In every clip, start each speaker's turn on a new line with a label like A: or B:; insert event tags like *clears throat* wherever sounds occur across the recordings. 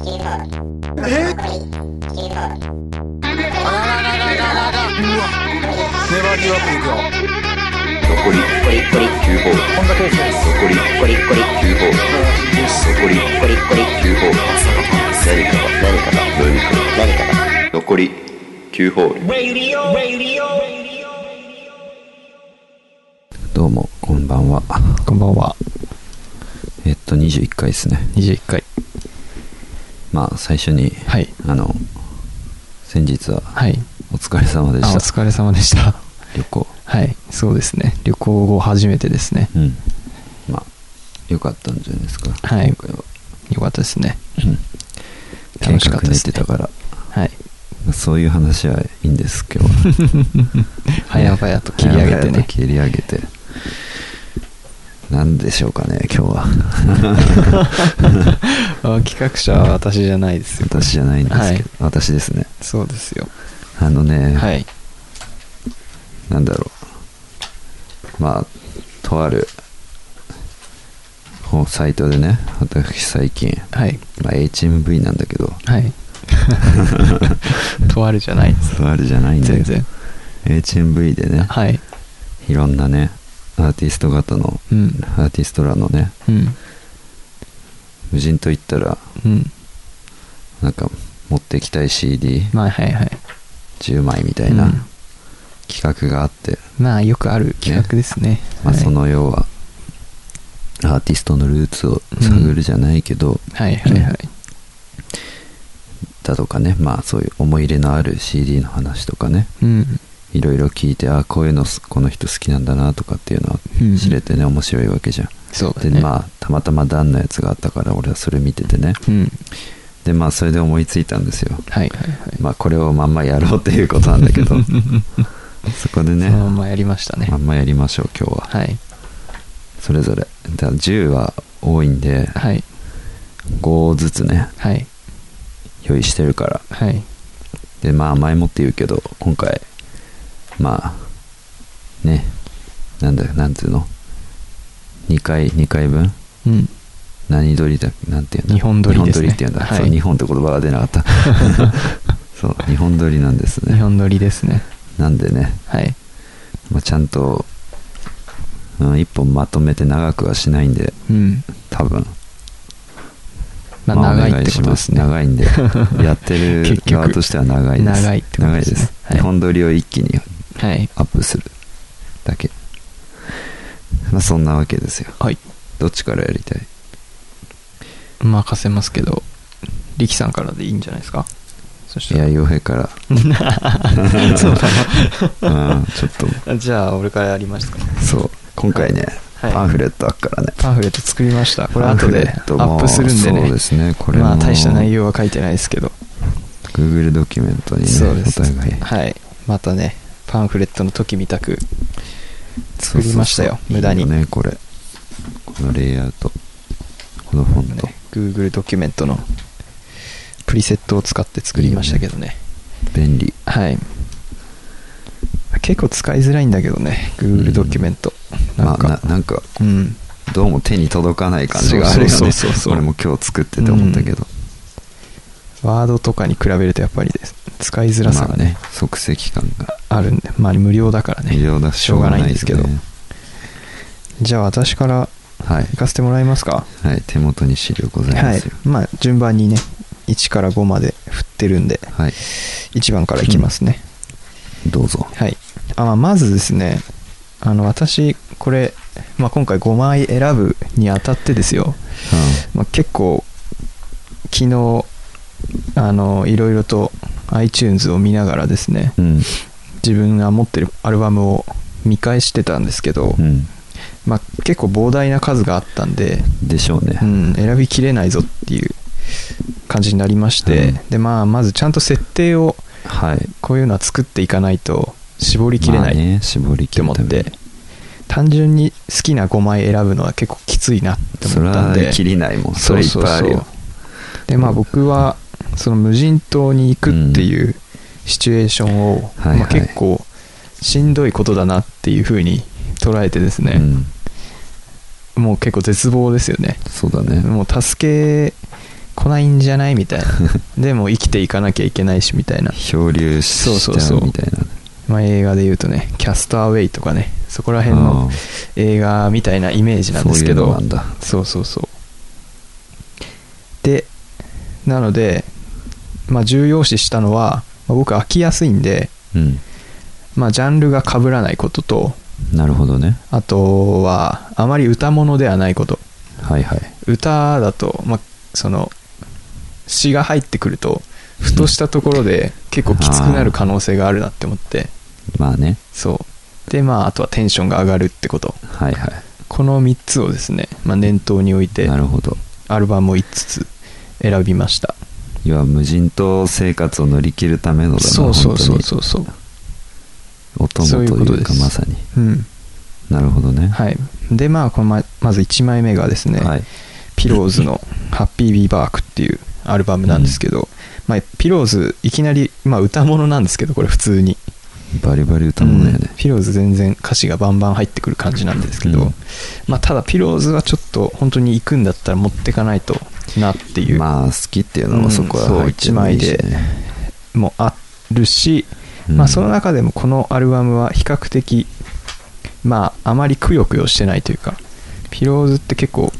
A: えあらららららららうわネバーギブアップいくよ
B: 残り9ホール
A: 本田圭佑です
B: 残り9ホール残り9ホール何かが何かが何かが何かが残り9ホール
C: どうも、こんばんは。
D: こんばんは。
C: えっと、21回ですね。
D: 21回。
C: まあ、最初に、
D: はい。
C: あの、先日は
D: はい。
C: お疲れ様で
D: あ、お
C: した。
D: 疲れ様でした。 *laughs*
C: 旅行。
D: はい。そうですね。旅行後初めてですね。
C: うん。まあ、よかったんじゃないですか。
D: はい
C: 今回は。
D: よかったですね。
C: うん計
D: 楽し
C: 画
D: かったで
C: 練っ
D: す
C: て
D: ね
C: たから、
D: はい。
C: そういう話はいいんです、今日は。
D: 早々 *laughs* と切り上げ
C: 早
D: て
C: 々
D: ね
C: と。切り上げて。なんでしょうかね、今日は。
D: *laughs* あ企画者は私じゃないですよ。
C: 私じゃないんですけど、私ですね。
D: そうですよ。
C: あのね、
D: はい。
C: なんだろうまあとあるほうサイトでね私最近、
D: はい。
C: まあ、HMV なんだけ
D: *laughs*
C: ど
D: はい。とあるじゃないです。
C: とあるじゃないんだけ
D: 全
C: ど
D: 然。
C: HMV でね
D: はい。
C: いろんなねアーティスト方の
D: うん。
C: アーティストらのね
D: うん。
C: 無人といったら
D: うん。
C: なんか持ってきたい CD10
D: まあ、はいはい。
C: 枚みたいな
D: うん
C: 企画があって、
D: まあ、よくある企画ですね。
C: まあ、
D: はい
C: そ。の要はアーティストのルーツを探るじゃないけど、
D: はいはいはい。
C: だとかねまあそういう思い入れのある CD の話とかね
D: うん。
C: いろいろ聞いてあこういうのすこの人好きなんだなとかっていうの
D: うん
C: は知れてね、面白いわけじゃん
D: そうだ
C: で
D: ね。
C: まあたまたま段のやつがあったから俺はそれ見ててね
D: うん。
C: でまあそれで思いついたんですよ
D: はいはいはい。
C: まあこれをまんまやろうっていうことなんだ
D: *laughs*
C: けどそこでね
D: そのままやりましたね
C: ま。んまやりましょう今日は
D: はい。
C: それぞれだから10は多いんで
D: はい。
C: 5ずつね
D: はい。
C: 用意してるから
D: はい。
C: でまあ前もって言うけど今回まあねなんだなんつうの2回2回分
D: うん。
C: 何撮りだなんていうんだ
D: 日本撮りです
C: 日本撮り
D: ね
C: っていうんだ、
D: はい
C: そう日本って言葉が出なかった
D: *laughs*
C: そう日本撮りなんです
D: 日
C: ね
D: 本撮りですね。
C: なんでね、
D: はい。
C: まあ、ちゃんと、うん、一本まとめて長くはしないんで
D: うん。
C: 多分
D: まあ、
C: まあ
D: 長いってことですね。
C: お願いします長いん
D: *laughs*
C: でやってる
D: 結局
C: 側としては長いです
D: 長いってことです
C: 長い
D: ね
C: です
D: はい
C: 日本撮りを一気に
D: はい。
C: アップするだけまあそんなわけですよ
D: はい。
C: どっちからやりたい
D: 任せますけど、力さんからでいいんじゃないですかそし
C: い
D: た
C: や
D: ら。
C: 洋平
D: *laughs*
C: から
D: や、 *laughs* そうか
C: うんちょっと
D: な。じゃあ、俺からやりますか。
C: そう今回ね、
D: はい
C: パンフレットあっからね
D: パンフレット作りました。これ後でア
C: パンフレットも
D: ップするんでね。
C: そうですねこれも
D: まあ、大した内容は書いてないですけど。
C: Google ドキュメントにね
D: そうです
C: お互い
D: はい。またね、パンフレットの時みた
C: そ
D: く。
C: うそうそう
D: 作りましたよ無駄に
C: いいねこれこのレイアウトこのフォント、
D: ね Google ドキュメントのプリセットを使って作りましたけどね
C: 便利
D: はい結構使いづらいんだけどね
C: う
D: Google
C: ん
D: ドキュメント、な
C: ま
D: ん
C: あ
D: か、
C: ななんか
D: うん
C: どうも手に届かない感じがあるよね
D: そうそうそうそう
C: 俺も今日作ってて思ったけど、
D: ワードとかに比べるとやっぱりです使いづらさ
C: ま
D: が
C: あ
D: ね
C: ね、即席感が
D: あるんでまあ無料だからね
C: 無料だ
D: しょうがないんですけど
C: しょうが
D: じゃあ私から
C: ないです
D: 行
C: ね
D: かせてもらえますか
C: はい、はい、手元に資料ございま
D: はい
C: すよ
D: まあ順番にね1から5まで振ってるんで
C: はい、
D: 1番からいきますね、
C: どうぞ
D: はい、あまあまずですねあの私これ、まあ、今回5枚選ぶにあたってですよ、まあ、結構昨日あのいろいろと iTunes を見ながらですね
C: うんうん
D: 自分が持ってるアルバムを見返してたんですけど、
C: うん
D: まあ、結構膨大な数があったんで、
C: でしょうね
D: うん、選びきれないぞっていう感じになりまして、
C: うん
D: でまあ、まずちゃんと設定を
C: はい
D: こういうのは作っていかないと絞りきれ
C: ま
D: な
C: あ
D: い
C: ね、絞り
D: っ
C: き
D: て
C: る
D: 思
C: た
D: っ
C: めに
D: て単純に好きな5枚選ぶのは結構きついなって
C: それ
D: 思ったん
C: は
D: で
C: 切りないもんそれいっぱいあるよ
D: でまあ僕はその無人島に行くっていうシチュエーションを、
C: はいはい
D: まあ、結構しんどいことだなっていうふうに捉えてです
C: う
D: ね、
C: ん、
D: もう結構絶望ですよね
C: そうだね
D: もう助け来ないんじゃない
C: *laughs*
D: みたいなでも生きていかなきゃいけないしみたいな、
C: 漂流し
D: そうそう
C: ち
D: そ
C: ゃ
D: う
C: うみたいな
D: まあ、映画で言うとね「キャストアウェイ」とかねそこら辺
C: あ
D: の
C: ー
D: 映画みたいなイメージなんですけど
C: そういうのなんだ
D: そうそうそうでなので、まあ、重要視したのは、まあ僕飽きやすいんで、
C: うん
D: まあ、ジャンルが被らないことと
C: なるほどね
D: あとはあまり歌物ではないこと
C: はいはい
D: 歌だと、まあ、その詩が入ってくるとふとしたところで結構きつくなる可能性があるなって思って
C: まあね
D: そうでまああとはテンションが上がるってこと
C: はいは
D: この3つをですね、まあ、念頭に置い
C: い
D: て
C: なるほど
D: アルバムを5つ選びました
C: 要は無人島生活を乗り切るためのだな
D: そうそうそうそううそう
C: お供
D: そういうことと
C: いう
D: で
C: か
D: す
C: まさに
D: うん
C: なるほどね
D: はいでまあこのままず1枚目がですね、
C: はい
D: ピローズの「ハッピー・ビー・バーク」っていうアルバムなんですけど、まあ、ピローズいきなり、まあ、歌物なんですけどこれ普通に
C: バリバリ歌ものや
D: うん
C: ね
D: ピローズ全然歌詞がバンバン入ってくる感じなんですけど、
C: うん
D: まあ、ただピローズはちょっと本当に行くんだったら持ってかないとなっていう、
C: まあ好きっていうの
D: う
C: は
D: ん
C: そこは
D: そう
C: 入ってもいいしね
D: 一枚もあるし、
C: うん
D: まあ、その中でもこのアルバムは比較的まああまりくよくよしてないというかピローズって結構、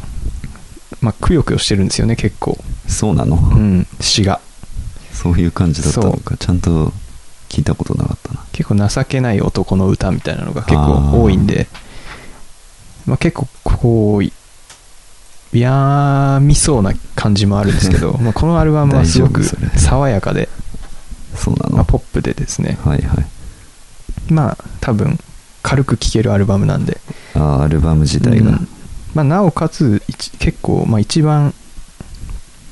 D: まあ、くよくよしてるんですよね結構、
C: そうなの、
D: うん、詩が
C: そういう感じだったの
D: そ
C: かちゃんと聞いたことなかったな
D: 結構情けない男の歌みたいなのが結構多いんでまあ、結構こう病みそうな感じもあるんですけ
C: *laughs*
D: どまあこのアルバムはすごく
C: 大丈夫それ
D: 爽やかで、
C: そうなの、
D: まあ、ポップでですね
C: はいはい
D: まあ多分軽く聴けるアルバムなんで、
C: あーアルバム自体
D: う
C: が、
D: んまあ、なおかつ一結構、まあ、一番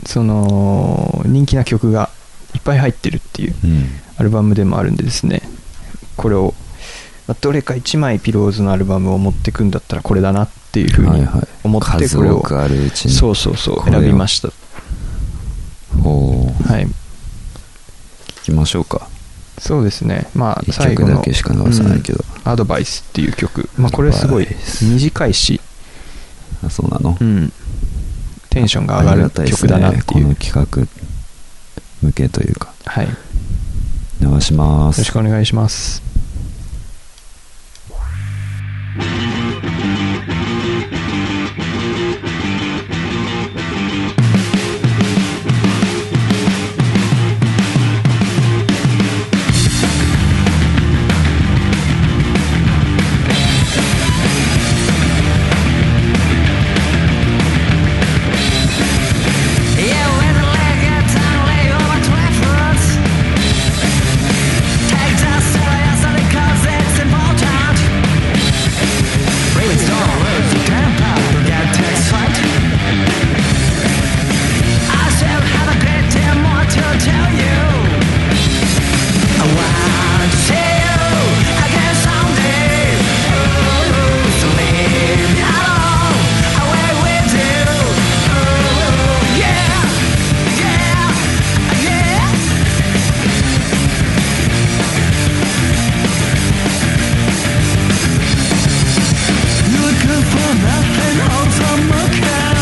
D: その人気な曲がいっぱい入ってるっていう
C: うん
D: アルバムでもあるんでですねこれをまあどれか1枚ピローズのアルバムを持ってくんだったらこれだなっていうふう
C: はい
D: に
C: はい
D: 思って
C: 数
D: これ
C: 多
D: を
C: くあるうちに
D: そうそうそう
C: これを
D: 選びました
C: おー
D: はい
C: 聞きましょうか
D: そうですねまあ
C: 一
D: 最
C: 曲
D: 後の
C: だけしか流さないけど、
D: うんアドバイスっていう曲まあこれすごい
C: アドバイス
D: 短いし
C: あそうなの、
D: うんテンションが上
C: あり
D: が
C: が
D: る
C: たいっす
D: 曲
C: ね
D: だなってい
C: こ
D: う
C: の企画向けというか
D: はいよ
C: 流しま
D: ろ
C: す
D: しくお願いします
E: Yeah! Looking for nothing else on my car.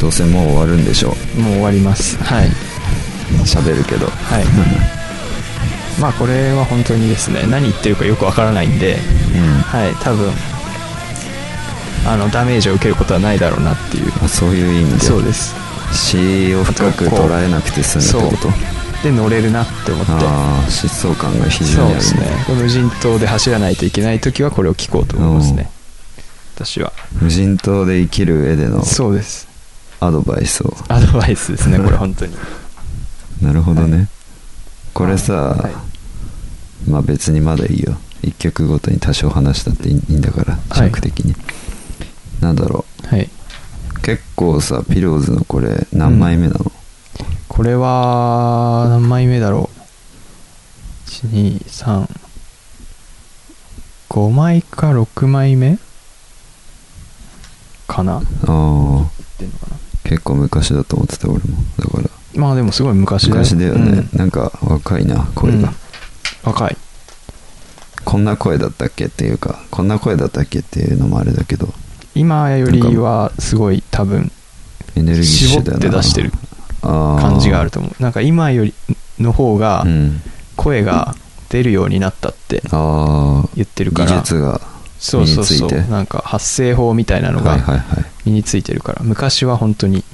C: どうせもう終わるんでしょう
D: もう終わりますはい
C: 喋るけど
D: はい *laughs* まあこれは本当にですね何言ってるかよくわからないんで、はい多分あのダメージを受けることはないだろうなっていう
C: あそういう意味で
D: そうです
C: 詩を深く捉えなくて済むってこと
D: で乗れるなって思って
C: ああ疾走感が非常
D: そう
C: にある
D: ですねこれ無人島で走らないといけない時はこれを聞こうと思いますね私は
C: 無人島で生きる上での
D: そうです
C: アドバイスを
D: アドバイスですねこれ本当に
C: なるほどね、これさ、
D: はい
C: まあ別にまだいいよ一曲ごとに多少話したっていいいいんだから
D: はい
C: 尺的に、なんだろ
D: はい、
C: う結構さピローズのこれ何枚目なの、
D: これは何枚目だろう1235枚か6枚目かな
C: ああ結構昔だと思ってた俺もだから
D: まあでもすごい昔だよ
C: 昔だよね、
D: うん
C: なんか若いな声が、
D: うん若い
C: こんな声だったっけっていうかこんな声だったっけっていうのもあれだけど
D: 今よりはすごい多分
C: エネルギッシュ
D: 絞っ
C: だよな
D: て出してる感
C: 感
D: じがあると思うなんか今よりの方が
C: うん、
D: 声が出るようになったって
C: ああ
D: 言ってるか
C: 技
D: ら
C: 術が身
D: そ
C: に
D: う
C: ついて
D: そうそうなんか発声法みたいなの
C: はい
D: が
C: はいはい
D: 身についてるから昔は本当に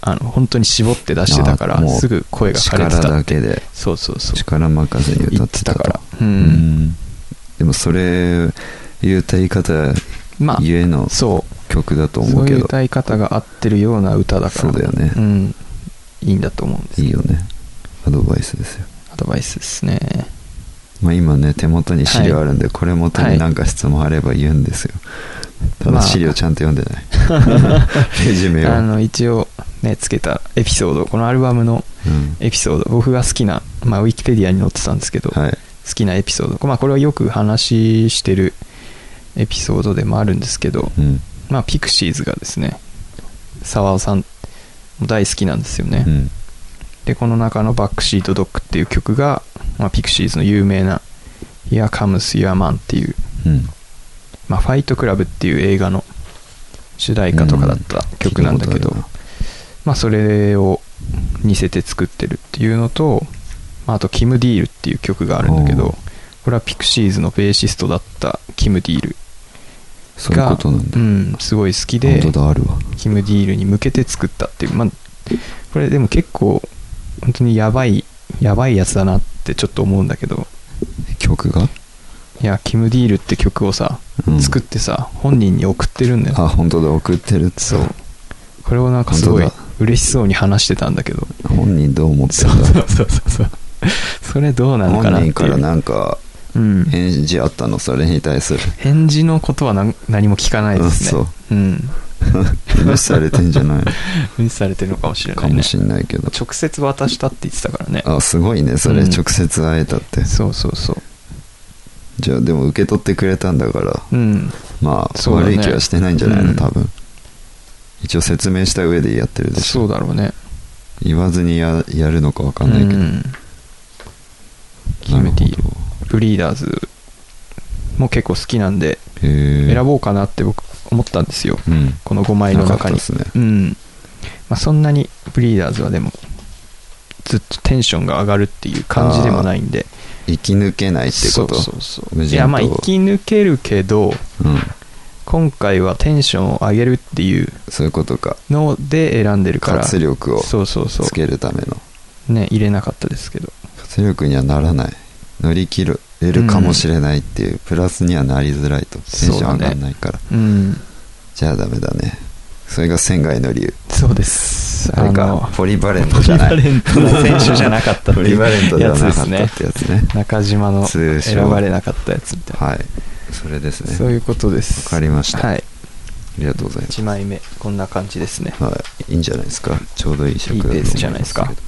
D: あの本当に絞って出してたか
C: あー
D: ら
C: もう
D: すぐ声が枯れ
C: 力
D: てた
C: だけで
D: そうそうそう
C: 力任せに歌
D: 言
C: っ
D: ってて
C: た
D: た
C: と
D: からう
C: うんんでもそれ言うた言い方
D: まあ
C: ゆえの
D: そう
C: 曲だと思
D: そうう
C: け
D: いう
C: ど
D: 歌い方が合ってるような歌だから
C: そうだよね
D: うんいいんだと思うんです
C: いいよねアドバイスですよ
D: アドバイスですね
C: まあ今ね手元に資料あるんで、これ元に何か質問あれば言うんですよ、た
D: ま
C: だ
D: あ
C: 資料ちゃんと読んで
D: *laughs*
C: ない *laughs* レジュメを
D: あの一応ねつけたエピソードこのアルバムの
C: うん
D: エピソード僕が好きな、まあ、ウィキペディアに載ってたんですけど、
C: はい
D: 好きなエピソード、まあ、これはよく話してるエピソードでもあるんですけど、
C: うん
D: まあ、ピクシーズがですね沢尾さん大好きなんですよね、
C: うん
D: でこの中の「バックシートドッグ」っていう曲が、まあ、ピクシーズの有名な「Here Comes Your Man」っていう、
C: うん
D: まあ、ファイトクラブっていう映画の主題歌とかだった曲なんだけど、
C: 聞いたこ
D: まあ、それを似せて作ってるっていうのと、まあ、あと「キム・ディール」っていう曲があるんだけ
C: お
D: ど
C: ー
D: これはピクシーズのベーシストだったキム・ディール
C: そういう
D: が
C: ことなんだ、
D: うん、すごい好きで
C: 本当だあるわ
D: キム・ディールに向けて作ったっていう、まあ、これでも結構本当にやばいやばいやつだなってちょっと思うんだけど
C: 曲が、
D: いやキム・ディールって曲をさ
C: うん、
D: 作ってさ、本人に送ってるんだよ
C: あ本当だ送ってるって
D: そうこれをなんかすごい
C: 本当だ
D: 嬉しそうに話してたんだけど
C: 本人どう思って
D: そ
C: る
D: うん
C: だ
D: そうそうそうそうそれどうなのか
C: 本
D: なってい
C: 人
D: う
C: からなんか
D: うん、
C: 返事あったのそれに対
D: *laughs*
C: する
D: 返事のことは何何も聞かないですね
C: うんそ
D: うん
C: 無視されてんじゃ
D: *laughs*
C: ない
D: 無視されてるのかもしれな
C: か
D: いね
C: もしんないけど
D: 直接渡したって言ってたからね
C: あすごいねそれ
D: うん
C: 直接会えたって、
D: そうそうそう
C: じゃあでも受け取ってくれたんだから
D: うん
C: まあ、
D: そうだ
C: 悪
D: ね
C: い気はしてないんじゃないの
D: うん
C: 多分、一応説明した上でやってるでしょ
D: そうだろうね
C: 言わずにややるのかわかんないけど、
D: うん
C: なる
D: 決め
C: ほど
D: ていいブリーダーズも結構好きなんで
C: へえ
D: 選ぼうかなって僕思ったんですよ、
C: うん
D: この5枚の中に
C: なかったっすね
D: うんまあ、そんなにブリーダーズはでもずっとテンションが上がるっていう感じでもないんで
C: 生き抜けないってこと
D: そうそうそう
C: 無人島
D: いやまあ生き抜けるけど
C: うん、
D: 今回はテンションを上げるっていう
C: そういうことか
D: ので選んでるから
C: 活力を
D: そうそうそ
C: つけ
D: う
C: るための
D: ね入れなかったですけど
C: 活力にはならない乗り切るれるかもしれないっていう、プラスにはなりづらいとテンシ
D: そう
C: ョ
D: だ
C: ン上
D: ね
C: がんないから、
D: うん
C: じゃあダメだねそれが仙外の理由
D: そうです
C: あれかポリバレントじゃない
D: ポリバレントの選手じゃなかったって
C: ポ
D: いう
C: リバレントではなかった
D: や
C: っ
D: つ
C: てやつね
D: 中島の
C: 通称
D: 選ばれなかったやつみたいな、
C: はいそれですね
D: そういうことです
C: わかりました
D: はい
C: ありがとうございます
D: 1枚目こんな感じですね
C: はい、いいんじゃないですかちょうどいい尺だと思
D: いいペースじゃないですか
C: うんけど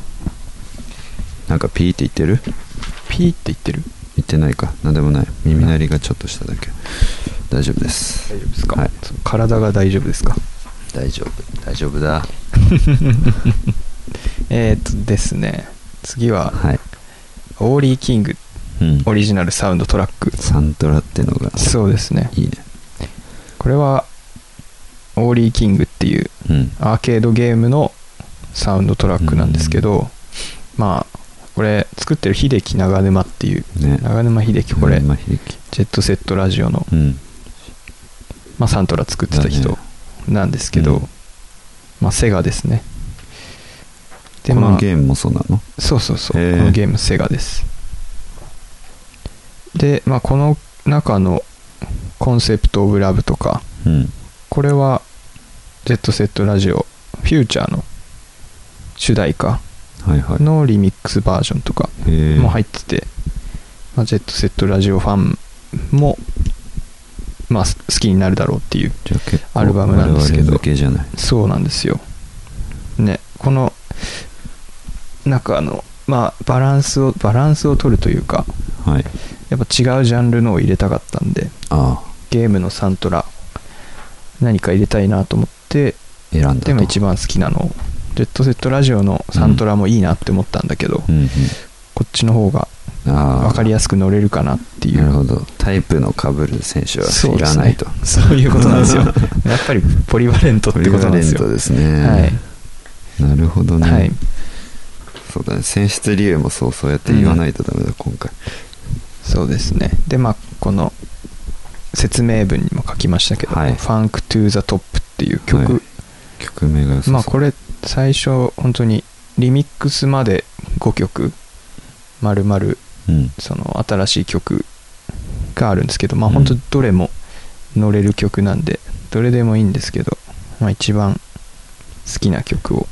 C: なんかピーって言ってる
D: ピーって言ってる
C: 言ってないかなんでもない耳鳴りがちょっとしただけ大丈夫です
D: 大丈夫ですか、
C: はい
D: そう体が大丈夫ですか
C: 大丈夫大丈夫だ
D: えー、っとですね次は、
C: はい、
D: オーリー・キング
C: うん、
D: オリジナルサウンドトラック
C: サントラってのが
D: そうですね
C: いいね
D: これはオーリー・キングっていう
C: うん
D: アーケードゲームのサウンドトラックなんですけど、まあこれ作ってる秀樹長沼っていう
C: ね
D: 長沼秀樹これ、
C: まあ秀樹
D: ジェットセットラジオの、
C: うん
D: まあ、サントラ作ってた
C: だ
D: 人
C: ね
D: なんですけど、
C: うん
D: まあ、セガですねで
C: こ
D: ま
C: の
D: あ
C: ゲームもそうなの
D: そうそうそう
C: へー
D: このゲームセガですで、まあ、この中の「コンセプト・オブ・ラブ」とか
C: うん
D: これはジェットセットラジオフューチャーの主題歌
C: はいはい。
D: のリミックスバージョンとか
C: えー
D: も入ってて、まあ、ジェットセットラジオファンも、まあ、す好きになるだろうっていう
C: じゃあ結構
D: アルバムなんですけど
C: 我々向けじゃない。
D: そうなんですよねこの中のまあバランスをバランスを取るというか
C: はい。
D: やっぱ違うジャンルのを入れたかったんで
C: ああ、
D: ゲームのサントラ何か入れたいなと思って
C: 選んだと。
D: でも一番好きなのをジェットセットラジオのサントラもいいなって思ったんだけど、
C: うんうん。
D: こっちの方が
C: ああ、
D: 分かりやすく乗れるかなっていう
C: なるほど。タイプの被る選手
D: そう
C: はい
D: で
C: ら
D: すね
C: ないと。
D: そういうことなんで
C: *laughs*
D: すよやっぱりポリバレントってことなんですよ
C: ポリバレントですね。
D: はい、
C: なるほどね、
D: はい
C: そうだね選出理由もそうそうやって言わないとダメだ、今回
D: そうですねでまあこの説明文にも書きましたけど「
C: はい
D: Funk to the Top」っていう曲、
C: はい曲名が良さそう
D: まあこれ最初本当にリミックスまで5曲まるまる
C: うん
D: その新しい曲があるんですけどまあ
C: うん
D: 本当どれも乗れる曲なんで、どれでもいいんですけど、まあ、一番好きな曲を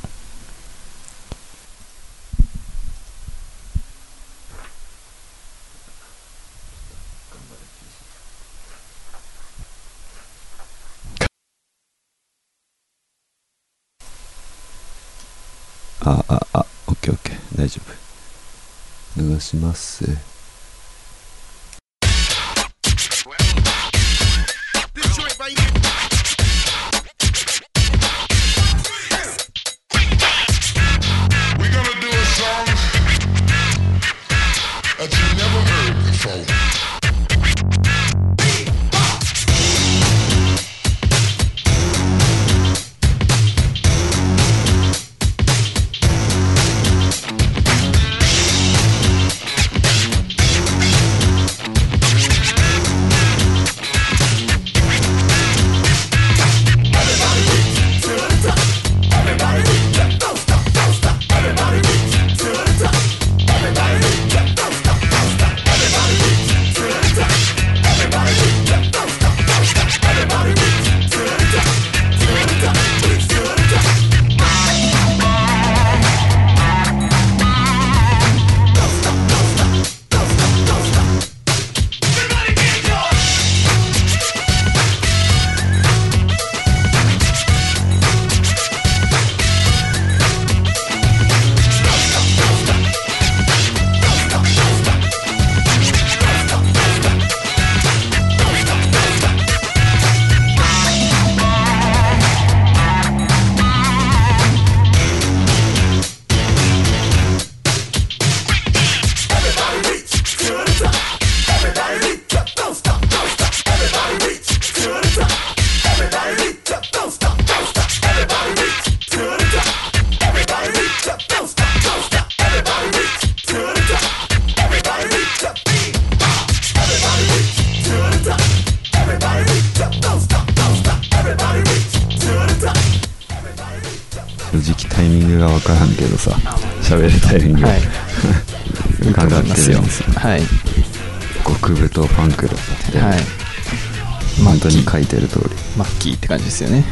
C: あああオッケーオッケー大丈夫流します正直タイミングが分からんけどさ喋るタイミングが、
D: はいいいと
C: 伺
D: 思い
C: っ
D: ま
C: て
D: す
C: る
D: よ
C: んですよ
D: はい
C: 極太ファンクラブで、
D: はいマ
C: 本
D: ッ
C: 当
D: キ
C: に
D: ー
C: 書いてる通り
D: マッキーって感じですよね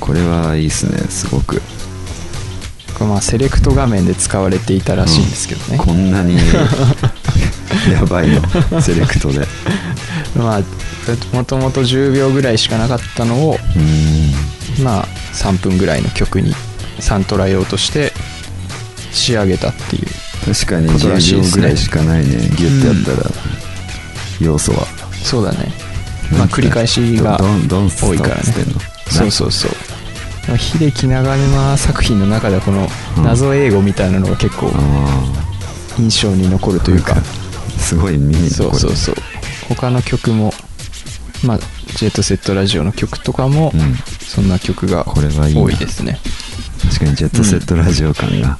C: これはいいっすねすごく
D: これまあセレクト画面で使われていたらしいんですけどね、
C: こんな
D: *laughs*
C: にやばいのセレクトで
D: まあもともと10秒ぐらいしかなかったのを
C: うん
D: まあ3分ぐらいの曲にサントラ用として仕上げたっていう
C: 確かに
D: ことらしい
C: 10
D: で
C: 秒
D: す
C: ぐ
D: ね
C: らいしかないねギュッてやったら、要素は
D: そうだねま
C: な
D: あ
C: んて
D: 繰り返しが
C: どんどんスト
D: 多い
C: ッ
D: から
C: プし
D: ね
C: てんの
D: そうそうそうまあ秀樹長沼作品の中ではこの
C: うん
D: 謎英語みたいなのが結構
C: あ
D: 印象に残る
C: あ
D: というか、
C: すごい見に
D: そうそうそう他の曲もまあジェットセットラジオの曲とかも、
C: うん、
D: そんな曲が
C: これはいいな
D: 多いですね
C: 確かにジェットセットラジオ感が、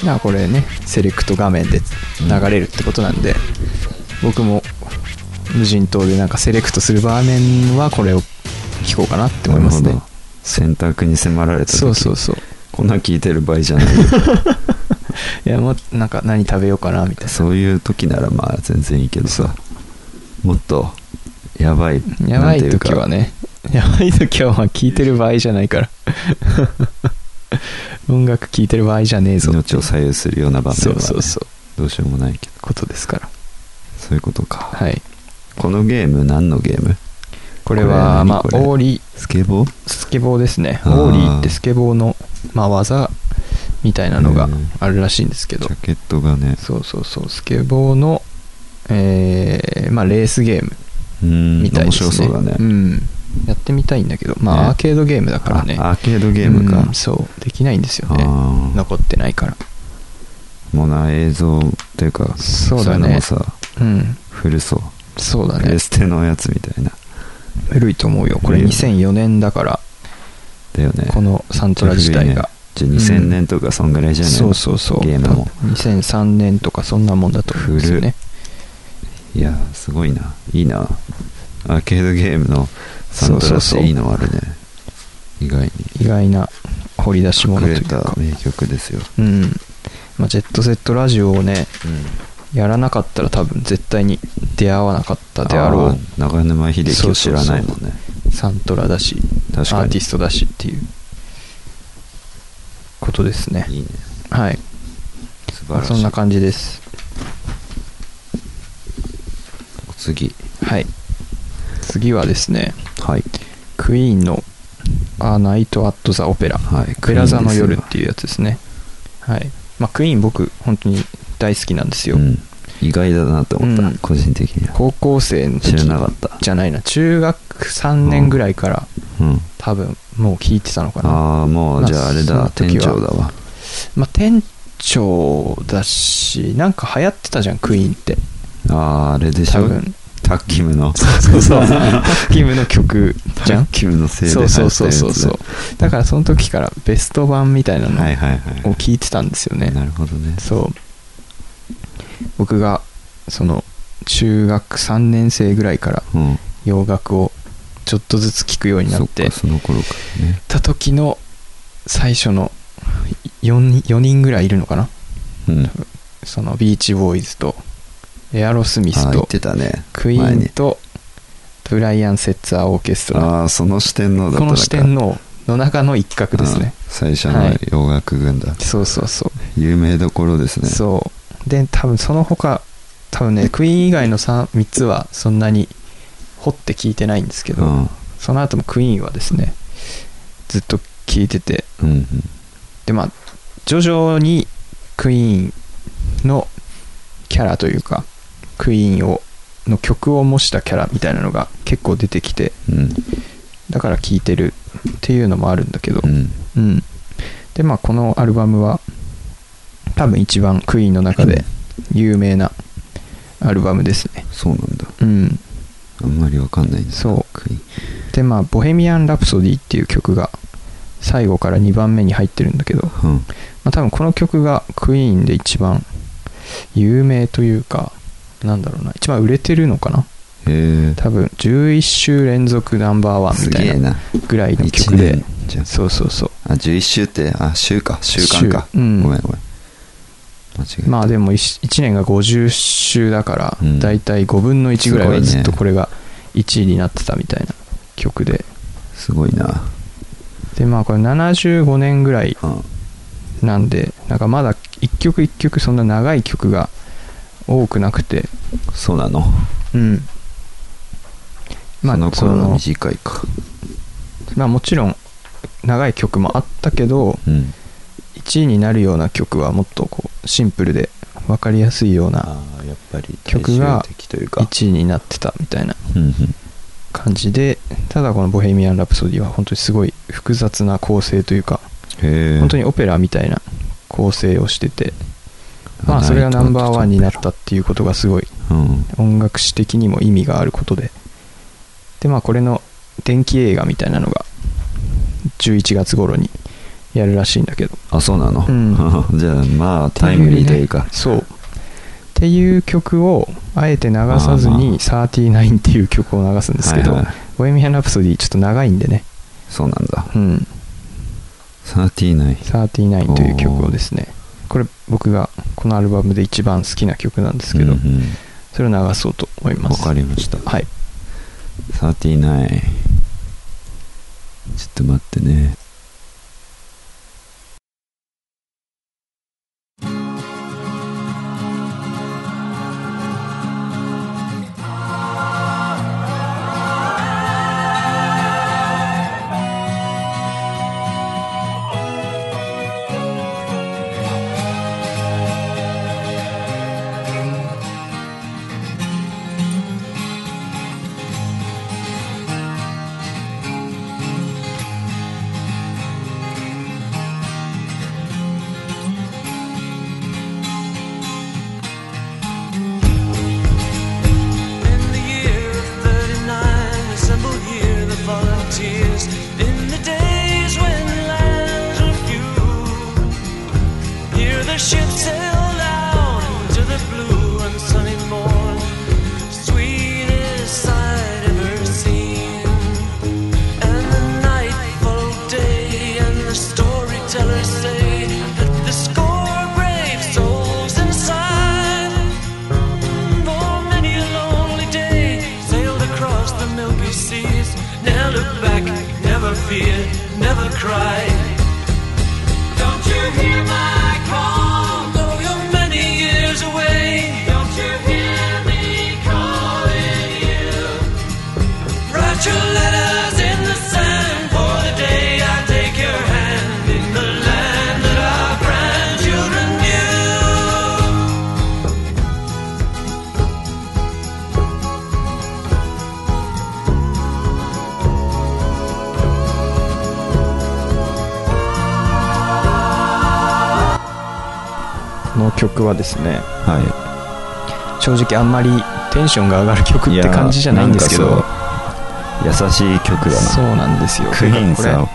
D: だからこれねセレクト画面で流れるってことなんで、僕も無人島でなんかセレクトする場面はこれを聴こうかなって思います
C: な
D: ね
C: るほど選択に迫られた時
D: そうそうそう
C: こんなん聞いてる場合じゃない
D: *laughs* いやもうなんか何食べようかなみたい
C: そういう時ならまあ全然いいけどさもっとやばい
D: なやばい
C: なんてうか
D: 時はねやばい時はまあ聞いてる場合じゃないから *laughs* 音楽聴いてる場合じゃねえぞって
C: 命を左右するような場面は、
D: そ
C: ね、
D: うそうそう
C: どうしようもないけど
D: ことですから
C: そういうことか、
D: はい
C: このゲーム何のゲーム
D: これはまあ
C: これ
D: オーリー
C: スケボー
D: スケボーですね
C: あー
D: オーリーってスケボーの、まあ、技みたいなのがあるらしいんですけ
C: ジ
D: ど、
C: ャケットがね
D: そうそうそうスケボーの、えーまあ、レースゲーム
C: うん
D: みたいで
C: 面
D: すね
C: 白そうだね、
D: ん、やってみたいんだけどまあ、
C: ね
D: アーケードゲームだからね
C: あアーケードゲームか、
D: うんそうできないんですよね
C: あー
D: 残ってないから
C: もうな映像っていうか
D: そうだね
C: いのもさ
D: うん
C: 古そう
D: そうだ
C: プレ
D: ね
C: ステのやつみたいな
D: 古いと思うよこれ
C: 古いよ
D: 2004年だから
C: だよね
D: このサントラ自体が、
C: 古いねじゃあ2000年とかそんぐらいじゃない、
D: そうそうそう
C: ゲームも
D: 2003年とかそんなもんだと思うんですよね
C: いやすごいないいなアーケードゲームのサントラっていいのあるね意外に
D: 意外な掘り出し物と
C: 隠
D: い
C: れ
D: う
C: た
D: か
C: 名曲ですよ、
D: うんまあ、ジェットセットラジオをねやらなかったら多分絶対に出会わなかったであろ
C: あー長沼秀樹を知らないもんね
D: そううサントラだしア
C: 確かに
D: ーティストだしっていうことですね
C: いいね
D: はい
C: 素晴らしい
D: そんな感じです
C: 次
D: はい次はですね
C: はい
D: クイーンの「A Night at the Opera」
C: はい
D: オペラ座の夜」って
C: い
D: いうやつですねはいまあクイーン僕本当に大好きなんですよ、
C: うん、意外だなと思った、
D: うん
C: 個人的には
D: 高校生の時
C: 知らなかった
D: じゃないな中学3年ぐらいから
C: うん
D: 多分もう聞いてたのかな、
C: ああもうじゃああれ
D: ま
C: だ
D: あその
C: 店
D: 時は
C: 長だわ
D: まあ店長だしなんか流行ってたじゃんクイーンって
C: あああれでし
D: 多
C: ょ
D: 分
C: タッキムの
D: そうそうタッキムの曲じゃ
C: タ *laughs*
D: ん
C: ッキムのせいで
D: そうそうそうそう
C: 流行
D: そう
C: ったや
D: だからその時からベスト版みたいな
C: つだはい
D: の
C: はいはい
D: を聞いてたんですよね、
C: なるほどね
D: そう僕がその中学3年生ぐらいから
C: うん
D: 洋楽をちょっとずつ聴くようにな
C: そ
D: っ
C: ってかその頃からね
D: た時の最初の 4, 4人ぐらいいるのかな
C: うん
D: そのビーチボーイズとエアロスミ
C: あ
D: ス
C: あ言っ
D: と
C: てたね
D: クイ
C: 前
D: ーン
C: に
D: とブライアン・セッツァーオーケストラ
C: ああその四天王だった
D: この四天
C: 王
D: 王の中の一角ですね
C: 最初の
D: はい
C: 洋楽軍だ、
D: そうそうそ
C: 有名どころです
D: う、
C: ね
D: そうで多分その他多分ねクイーン以外の 3, 三つはそんなに掘って聞いてないんですけど、
C: うん
D: その後もクイーンはですねずっと聞いてて
C: うんうん
D: でまあ徐々にクイーンのキャラというかクイーンをの曲を模したキャラみたいなのが結構出てきて
C: うん
D: だから聴いてるっていうのもあるんだけど、
C: うん
D: うんでまあこのアルバムは多分一番クイーンの中で有名なアルバムですね
C: そうなんだ
D: うん
C: あんまりわかんないんだ
D: そう
C: クイーン
D: でまあ「ボヘミアン・ラプソディ」っていう曲が最後から2番目に入ってるんだけど
C: うん
D: まあ、多分この曲がクイーンで一番有名というかなんだろうな一番売れてるのかな
C: へ
D: 多分11週連続ナンバーワ
C: え
D: ン
C: す
D: みた
C: げえ
D: いな
C: な
D: ぐらいの
C: 一
D: 曲で
C: 年じゃん
D: そうそうそう
C: あ11週ってあ週か週間か
D: 週うん
C: ごめんごめん間違えた
D: まあでも 1, 年が50週だから
C: うん
D: だいたい5分の1ぐら
C: す
D: い
C: ご
D: はい
C: ね
D: ずっとこれが1位になってたみたいな曲です
C: ごいな
D: でまあこれ75年ぐらい
C: うん
D: なんでなんかまだ1曲1曲そんな長い曲が多くなくて
C: そうなの
D: うん
C: その頃
D: そ
C: の
D: の
C: 短いか
D: まあもちろん長い曲もあったけど
C: うん
D: 1位になるような曲はもっとこうシンプルで分かりやすいような
C: ああやっぱり
D: 曲
C: 大
D: が
C: 衆的というか
D: 1位になってたみたいな
C: うんうん
D: 感じでただこの「ボヘミアン・ラプソディ」は本当にすごい複雑な構成というか
C: へえ
D: 本当にオペラみたいな構成をしててまあそれがナンバーワンになったっていうことがすごい
C: うん
D: 音楽史的にも意味があることででまあこれの電気映画みたいなのが11月頃にやるらしいんだけど
C: あそうなの、*laughs*
D: う
C: じゃあまあタイムリーというか
D: そうっていう曲をあえて流さずに「39」っていう曲を流すんですけど
C: はいはい
D: 「ボヘミアン・ラプソディ」ちょっと長いんでね
C: そうなんだ
D: 「うん、
C: 39
D: 39」という曲をですねこれ僕がこのアルバムで一番好きな曲なんですけど、
C: うんうん
D: それを流そうと思いま
C: わ
D: す
C: かりました
D: はい
C: 39ちょっと待ってね
D: 曲はですね
C: は
D: 正直あんまりテンションが上がる曲
C: い
D: って感じじゃないんですけど
C: やなんかそう優しい曲だ
D: そう
C: な
D: なんですよ
C: クイーン
D: だから
C: さ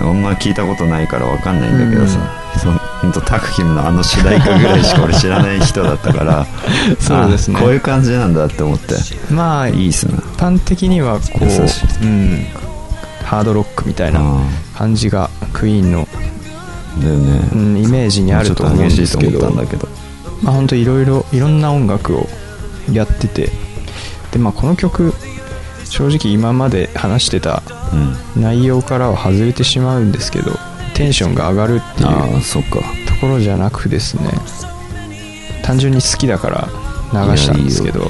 D: こ
C: あんま聞いたことないからわかんないんだけどさ、そのほんとタクヒムのあの主題歌ぐらいしか俺知らない人だったから
D: そうですね
C: あこういう感じなんだって思って
D: れまあ
C: いい
D: 一
C: っすね
D: 般的にはこう、
C: 優しい
D: うん、ハードロックみたいな
C: あ
D: 感じがクイーンの、
C: ーだよね、
D: うん、イメージにあると思うんですけ
C: ちょっと激しい
D: ど
C: と思ったんだけど
D: まあ本当いろいろいろんな音楽をやっててでまあこの曲正直今まで話してた
C: うん
D: 内容からは外れてしまうんですけどテンションが上がるっていう
C: ああそっか
D: ところじゃなくですね単純に好きだから流したんですけど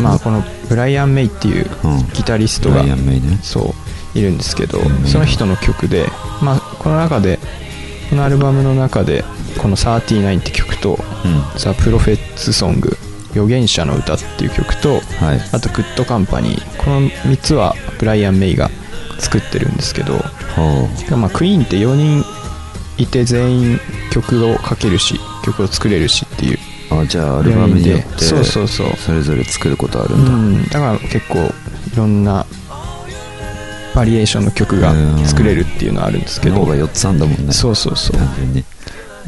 D: まあこのブライアン・メイっていう
C: うん
D: ギタリスト
C: ブ
D: が
C: ライアン・メイね
D: そういるんですけど
C: うん
D: その人の曲でまあこの中でこのアルバムの中でこの「39」って曲と
C: うん
D: 「ザ・プロフェッツ・ソング」「預言者の歌」っていう曲と
C: はい
D: あと「グッド・カンパニー」この3つはブライアン・メイが作ってるんですけど
C: ほ
D: まあ、クイーンって4人いて全員曲を書けるし曲を作れるしっていう
C: うあじゃあアルバムによっ
D: 4人
C: て
D: でそうそうそう、
C: それぞれ作ることある
D: うん
C: だ、
D: ん、だから結構いろんなバリエーションの曲が作れるっていうのはあるんですけど、
C: 脳が4つあんだもんね
D: そうそうそう
C: 単純に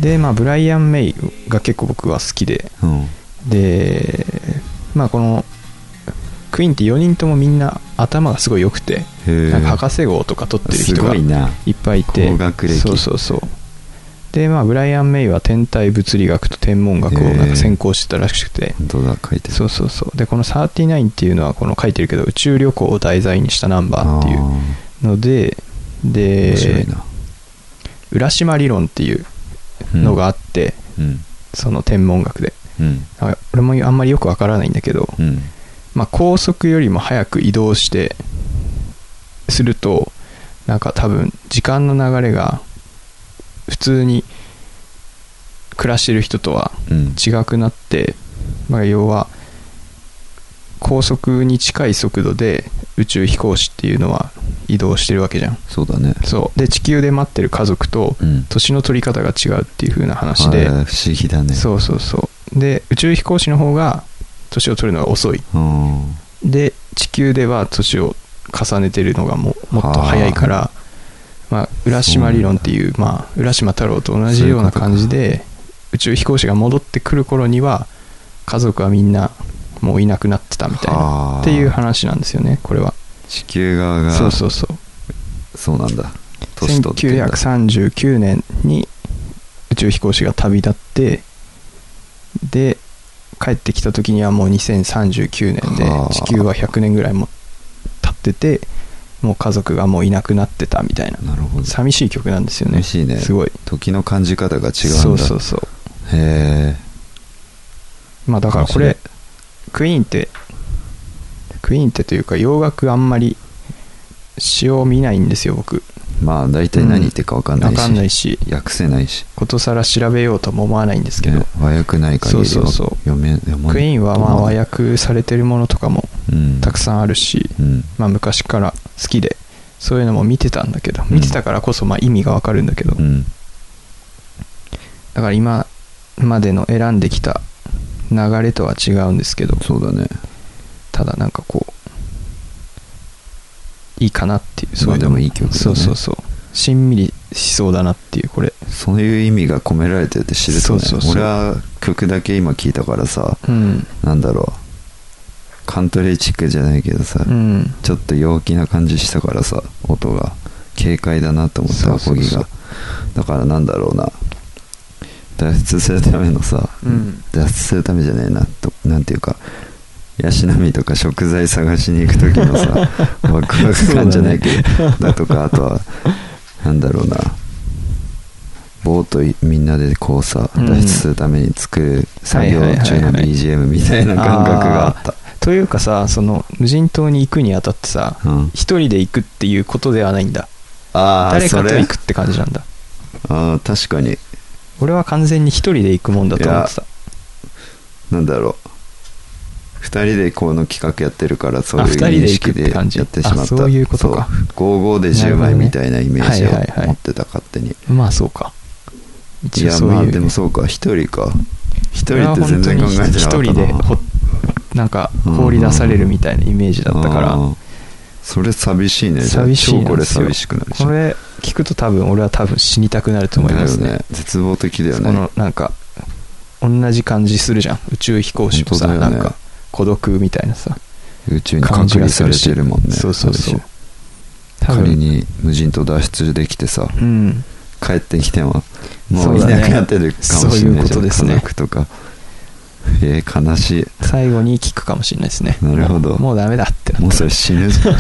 D: でまあブライアン・メイが結構僕は好きで
C: うん
D: でまあこのクイーンって4人ともみんな頭がすごい良くて
C: へえ
D: なんか博士号とか取ってる
C: す
D: 人
C: ご
D: が
C: いない
D: っぱいいて
C: 高学歴
D: そうそうそうでまあブライアン・メイは天体物理学と天文学をなんか専攻してたらしくて、
C: 本当だ書いてる
D: そうそうそうでこの39っていうのはこの書いてるけど宇宙旅行を題材にしたナンバーっていうので
C: あー面白
D: で
C: いな、
D: 浦島理論っていうのがあって、
C: うん
D: その天文学で
C: うん
D: あ俺もあんまりよくわからないんだけど、
C: うん
D: まあ、高速よりも早く移動してするとなんか多分時間の流れが普通に暮らしてる人とは
C: うん
D: 違くなって、まあ、要は高速に近い速度で宇宙飛行士っていうのは移動してるわけじゃん
C: そうだね
D: そうで地球で待ってる家族と
C: うん
D: 年の取り方が違うっていう風な話で、
C: あー不思議だね
D: そうそうそうで宇宙飛行士の方が年を取るのが遅い
C: うん
D: で地球では年を重ねてるのがもうもっと早いから、まあ、浦島理論っていうまあ、浦島太郎と同じような感じで宇宙飛行士が戻ってくる頃には家族はみんなもういなくなってたみたいな
C: はあ
D: っていう話なんですよねこれは
C: 地球側が
D: そうそうそう
C: そうなんだ年取ってんだ
D: 1939年に宇宙飛行士が旅立ってで帰ってきた時にはもう2039年で
C: はあ
D: 地球は100年ぐらいも経っててもう家族がもういなくなってたみたいな
C: なるほど
D: 寂しい曲なんですよね
C: 寂しいね
D: すごい
C: 時の感じ方が違うんだ
D: そうそうそう
C: へえ
D: まあだからこれクイーンってクイーンってというか洋楽あんまり詩を見ないんですよ僕
C: まあ大体何言ってるか分かんないし、
D: わかんないし
C: 訳せないし
D: ことさら調べようとも思わないんですけど、
C: ね和訳ない限りは
D: そうそうそう
C: 読め読まない
D: クイーンはまあ和訳されてるものとかも
C: うん
D: たくさんあるし、
C: うん
D: まあ、昔から好きでそういうのも見てたんだけど
C: うん
D: 見てたからこそまあ意味がわかるんだけど、
C: うん
D: だから今までの選んできた流れとは違うんですけど
C: そうだね
D: ただなんかこういいかなっていうそ
C: ま
D: ういうの
C: あでもいい曲だね
D: そうそうそうしんみりしそうだなっていうこれ
C: そういう意味が込められてて知るとね
D: そうそうそう
C: 俺は曲だけ今聞いたからさ
D: うん
C: なんだろうカントリーチックじゃないけどさ、
D: うん
C: ちょっと陽気な感じしたからさ音が軽快だなと思って
D: そう
C: ア
D: そ
C: コ
D: う
C: ギ
D: そう
C: がだからなんだろうな脱出するためのさ、
D: うん
C: 脱出するためじゃねえなとなんていうかヤシの実とか食材探しに行く時のさ
D: *laughs*
C: ワクワク感じゃないけどだ,、とかあとはなんだろうなボートいみんなでこうさ
D: うん
C: 脱出するために作る作業
D: はいはい
C: 中
D: は
C: の
D: いはい
C: BGM みたいな感覚があった
D: ーというかさその無人島に行くにあたってさ、
C: うん
D: 一人で行くっていうことではないんだ
C: あー
D: 誰
C: そ
D: かと
C: れ
D: 行くって感じなんだ
C: あー確かに
D: 俺は完全に一人で行くもんだと思ってた
C: なんだろう2人でこの企画やってるからそうい
D: あ
C: う
D: 二人で
C: 認
D: 行く
C: 識
D: って
C: でや
D: 感じ
C: ってしまった
D: あそういうことか
C: そう55で10枚みたいなイメージを
D: なるほどねはいはいはい
C: 持ってた勝手に
D: まあそうか一
C: い
D: 応
C: や
D: そういう
C: まあでもそうか一人か一
D: これ
C: 人
D: は
C: って全
D: 本当
C: 然
D: に
C: 考えてなか
D: 一
C: ったな
D: 人でほなんか放り出されるみたいなイメージだったか
C: あ
D: ら
C: ーそれ寂しいねじゃあ
D: 寂しい
C: 超
D: な
C: こ
D: んで
C: れ
D: すよ
C: 寂しくなる
D: これ聞くと多分俺は多分死にたくなると思います
C: だよ
D: ね
C: ね絶望的だよ
D: そ
C: ね
D: のなんか同じ感じするじゃん宇宙飛行士もさ、
C: 本当だ
D: な
C: よね
D: んか孤独みたいなさ
C: 宇宙に隔離されてるもんね
D: そうそうそう
C: あ
D: 多
C: る種仮
D: 分
C: に無人島脱出できてさ
D: うん
C: 帰ってきても
D: そ
C: も
D: う
C: うい
D: だね
C: なくなってるかもしれないじゃ
D: そういうこと
C: ん、
D: ですね
C: 家族とかえー、悲しい
D: 最後に聞くかもしれないですね
C: なるほど
D: もうダメだってな
C: もうそれ死ぬじゃん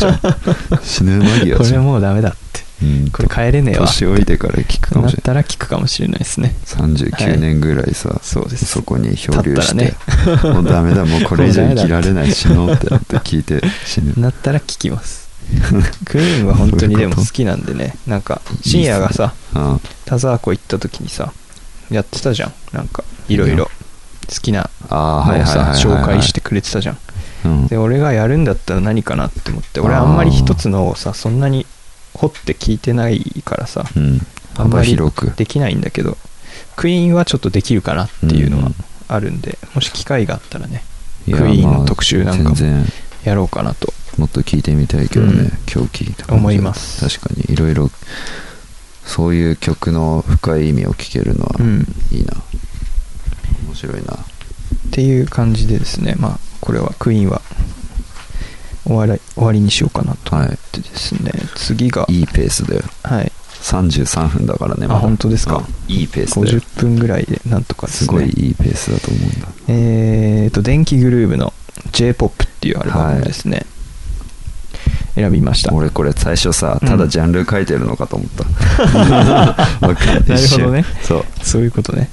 C: 死ぬ間際
D: こ
C: じ
D: れ
C: ゃん
D: もうダメだって
C: うん
D: これ帰れねえわ
C: 年老いてから聞くかも
D: なっ
C: しれない
D: たら聞くかもしれないですねはい
C: 39年ぐらいさ、
D: そうです
C: そこに漂流して、
D: 立
C: もうダメだもうこれ以上生きられない死のうってなって聞いて死ぬ
D: なったら聞きます
C: *laughs*
D: クイーンは本当にでも好きなんでねなんか深夜がさ
C: あ
D: 田沢湖行った時にさやってたじゃんなんかいろいろ好きな
C: あーはい
D: のを
C: はいはい
D: さ
C: はい
D: 紹介してくれてたじゃん
C: うん
D: で俺がやるんだったら何かなって思って俺あんまり一つのをさそんなに掘って聞いてないからさ
C: うん
D: あん
C: 幅
D: まり
C: 広く
D: できないんだけどクイーンはちょっとできるかなっていうのはあるんで、もし機会があったらね
C: いや
D: クイーン
C: ま
D: の
C: あ
D: 特集なんかも
C: 全然
D: やろうかなと
C: もっと聞いてみたいけどね、
D: うん
C: 今日聞いた感じ
D: 思います
C: 確かにいろいろそういう曲の深い意味を聞けるのは
D: うん
C: いいな、面白いな
D: っていう感じでですねまあこれはクイーンは終わり終わりにしようかなと思ってですね、次が
C: いいペースだよ
D: はい
C: 33分だからね
D: あ
C: まだ
D: 本当ですか
C: うんいいペースだよ
D: 50分ぐらいでなんとかです
C: す
D: ね
C: ごいいいペースだと思うんだ
D: えーと電気グルーヴの J−POP っていうアルバムですね、選びました
C: 俺これ最初さ
D: うん
C: ただジャンル書いてるのかと思った、
D: *laughs*
C: わかんない
D: なるほどね
C: 一瞬そう
D: そういうことね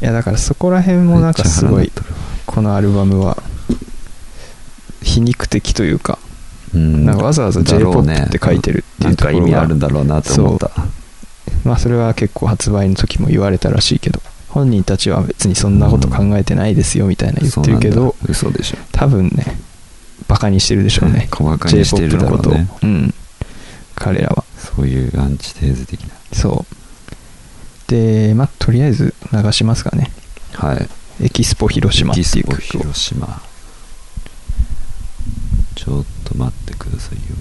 D: いやだからそこら辺もなんかすご
C: めっ
D: い
C: ちゃ腹立っ
D: このアルバムは皮肉的というか
C: たうん
D: なんかわざわざ
C: だろう
D: J−POP って書いてるっていうところが
C: ね、なんか意味あるんだろうなって思った
D: まあそれは結構発売の時も言われたらしいけど本人たちは別にそんなこと考えてないですよみたいな言ってるけど、
C: そうなんだ嘘でしょ
D: 多分ねバカにしてるでしょうね
C: 細かにして
D: J−POP
C: るだ
D: の
C: ろ
D: こと
C: う
D: を
C: ね
D: うん彼らは
C: そういうアンチテーゼ的な
D: そうでまあとりあえず流しますかね
C: はい
D: エキスポ広島っ
C: ギ
D: てい
C: ス
D: う
C: ポ
D: 曲を
C: 広島ちょっと待ってくださいよ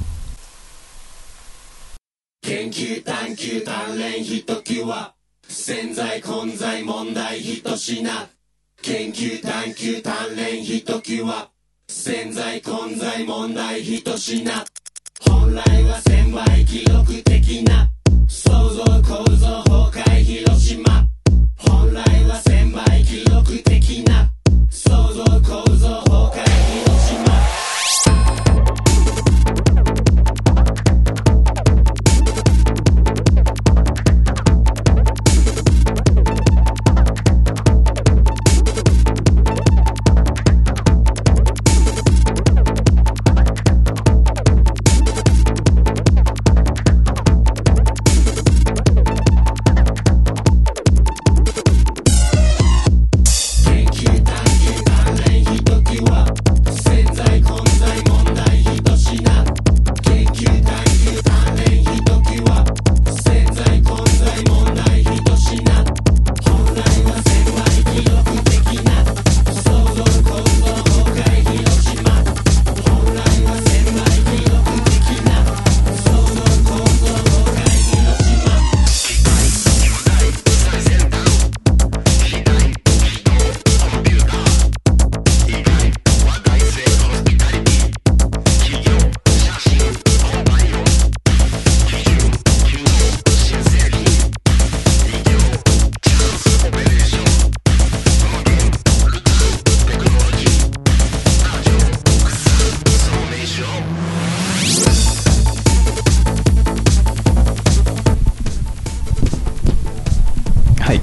D: はい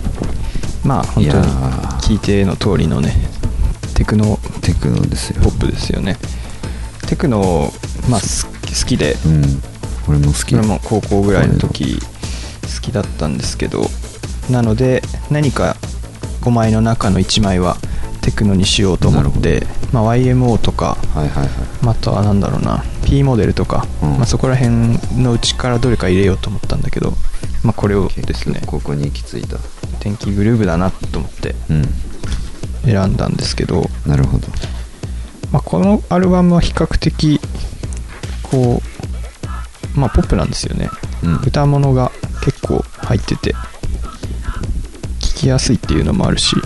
D: まあ本
C: い
D: 当
C: や
D: に
C: ー
D: 聞いての通りのねテクノ
C: テクノですよ
D: ポップですよねテクノまあす好きで
C: うん俺も好き
D: これも高校ぐらいの時好きだったんですけどなので何か5枚の中の1枚はテクノにしようと思って、まあ、YMO とか
C: はいはいはい
D: まああとは何だろうな p T モデルとか、
C: うん
D: まあ、そこら辺のうちからどれか入れようと思ったんだけど、まあ、これをで
C: 結
D: すね
C: 局ここに行き着いた
D: 天気グルーブだなと思って
C: うん
D: 選んだんですけど、
C: なるほど
D: まあ、このアルバムは比較的こうまあポップなんですよね、
C: うん
D: 歌物が結構入ってて聴きやすいっていうのもあるし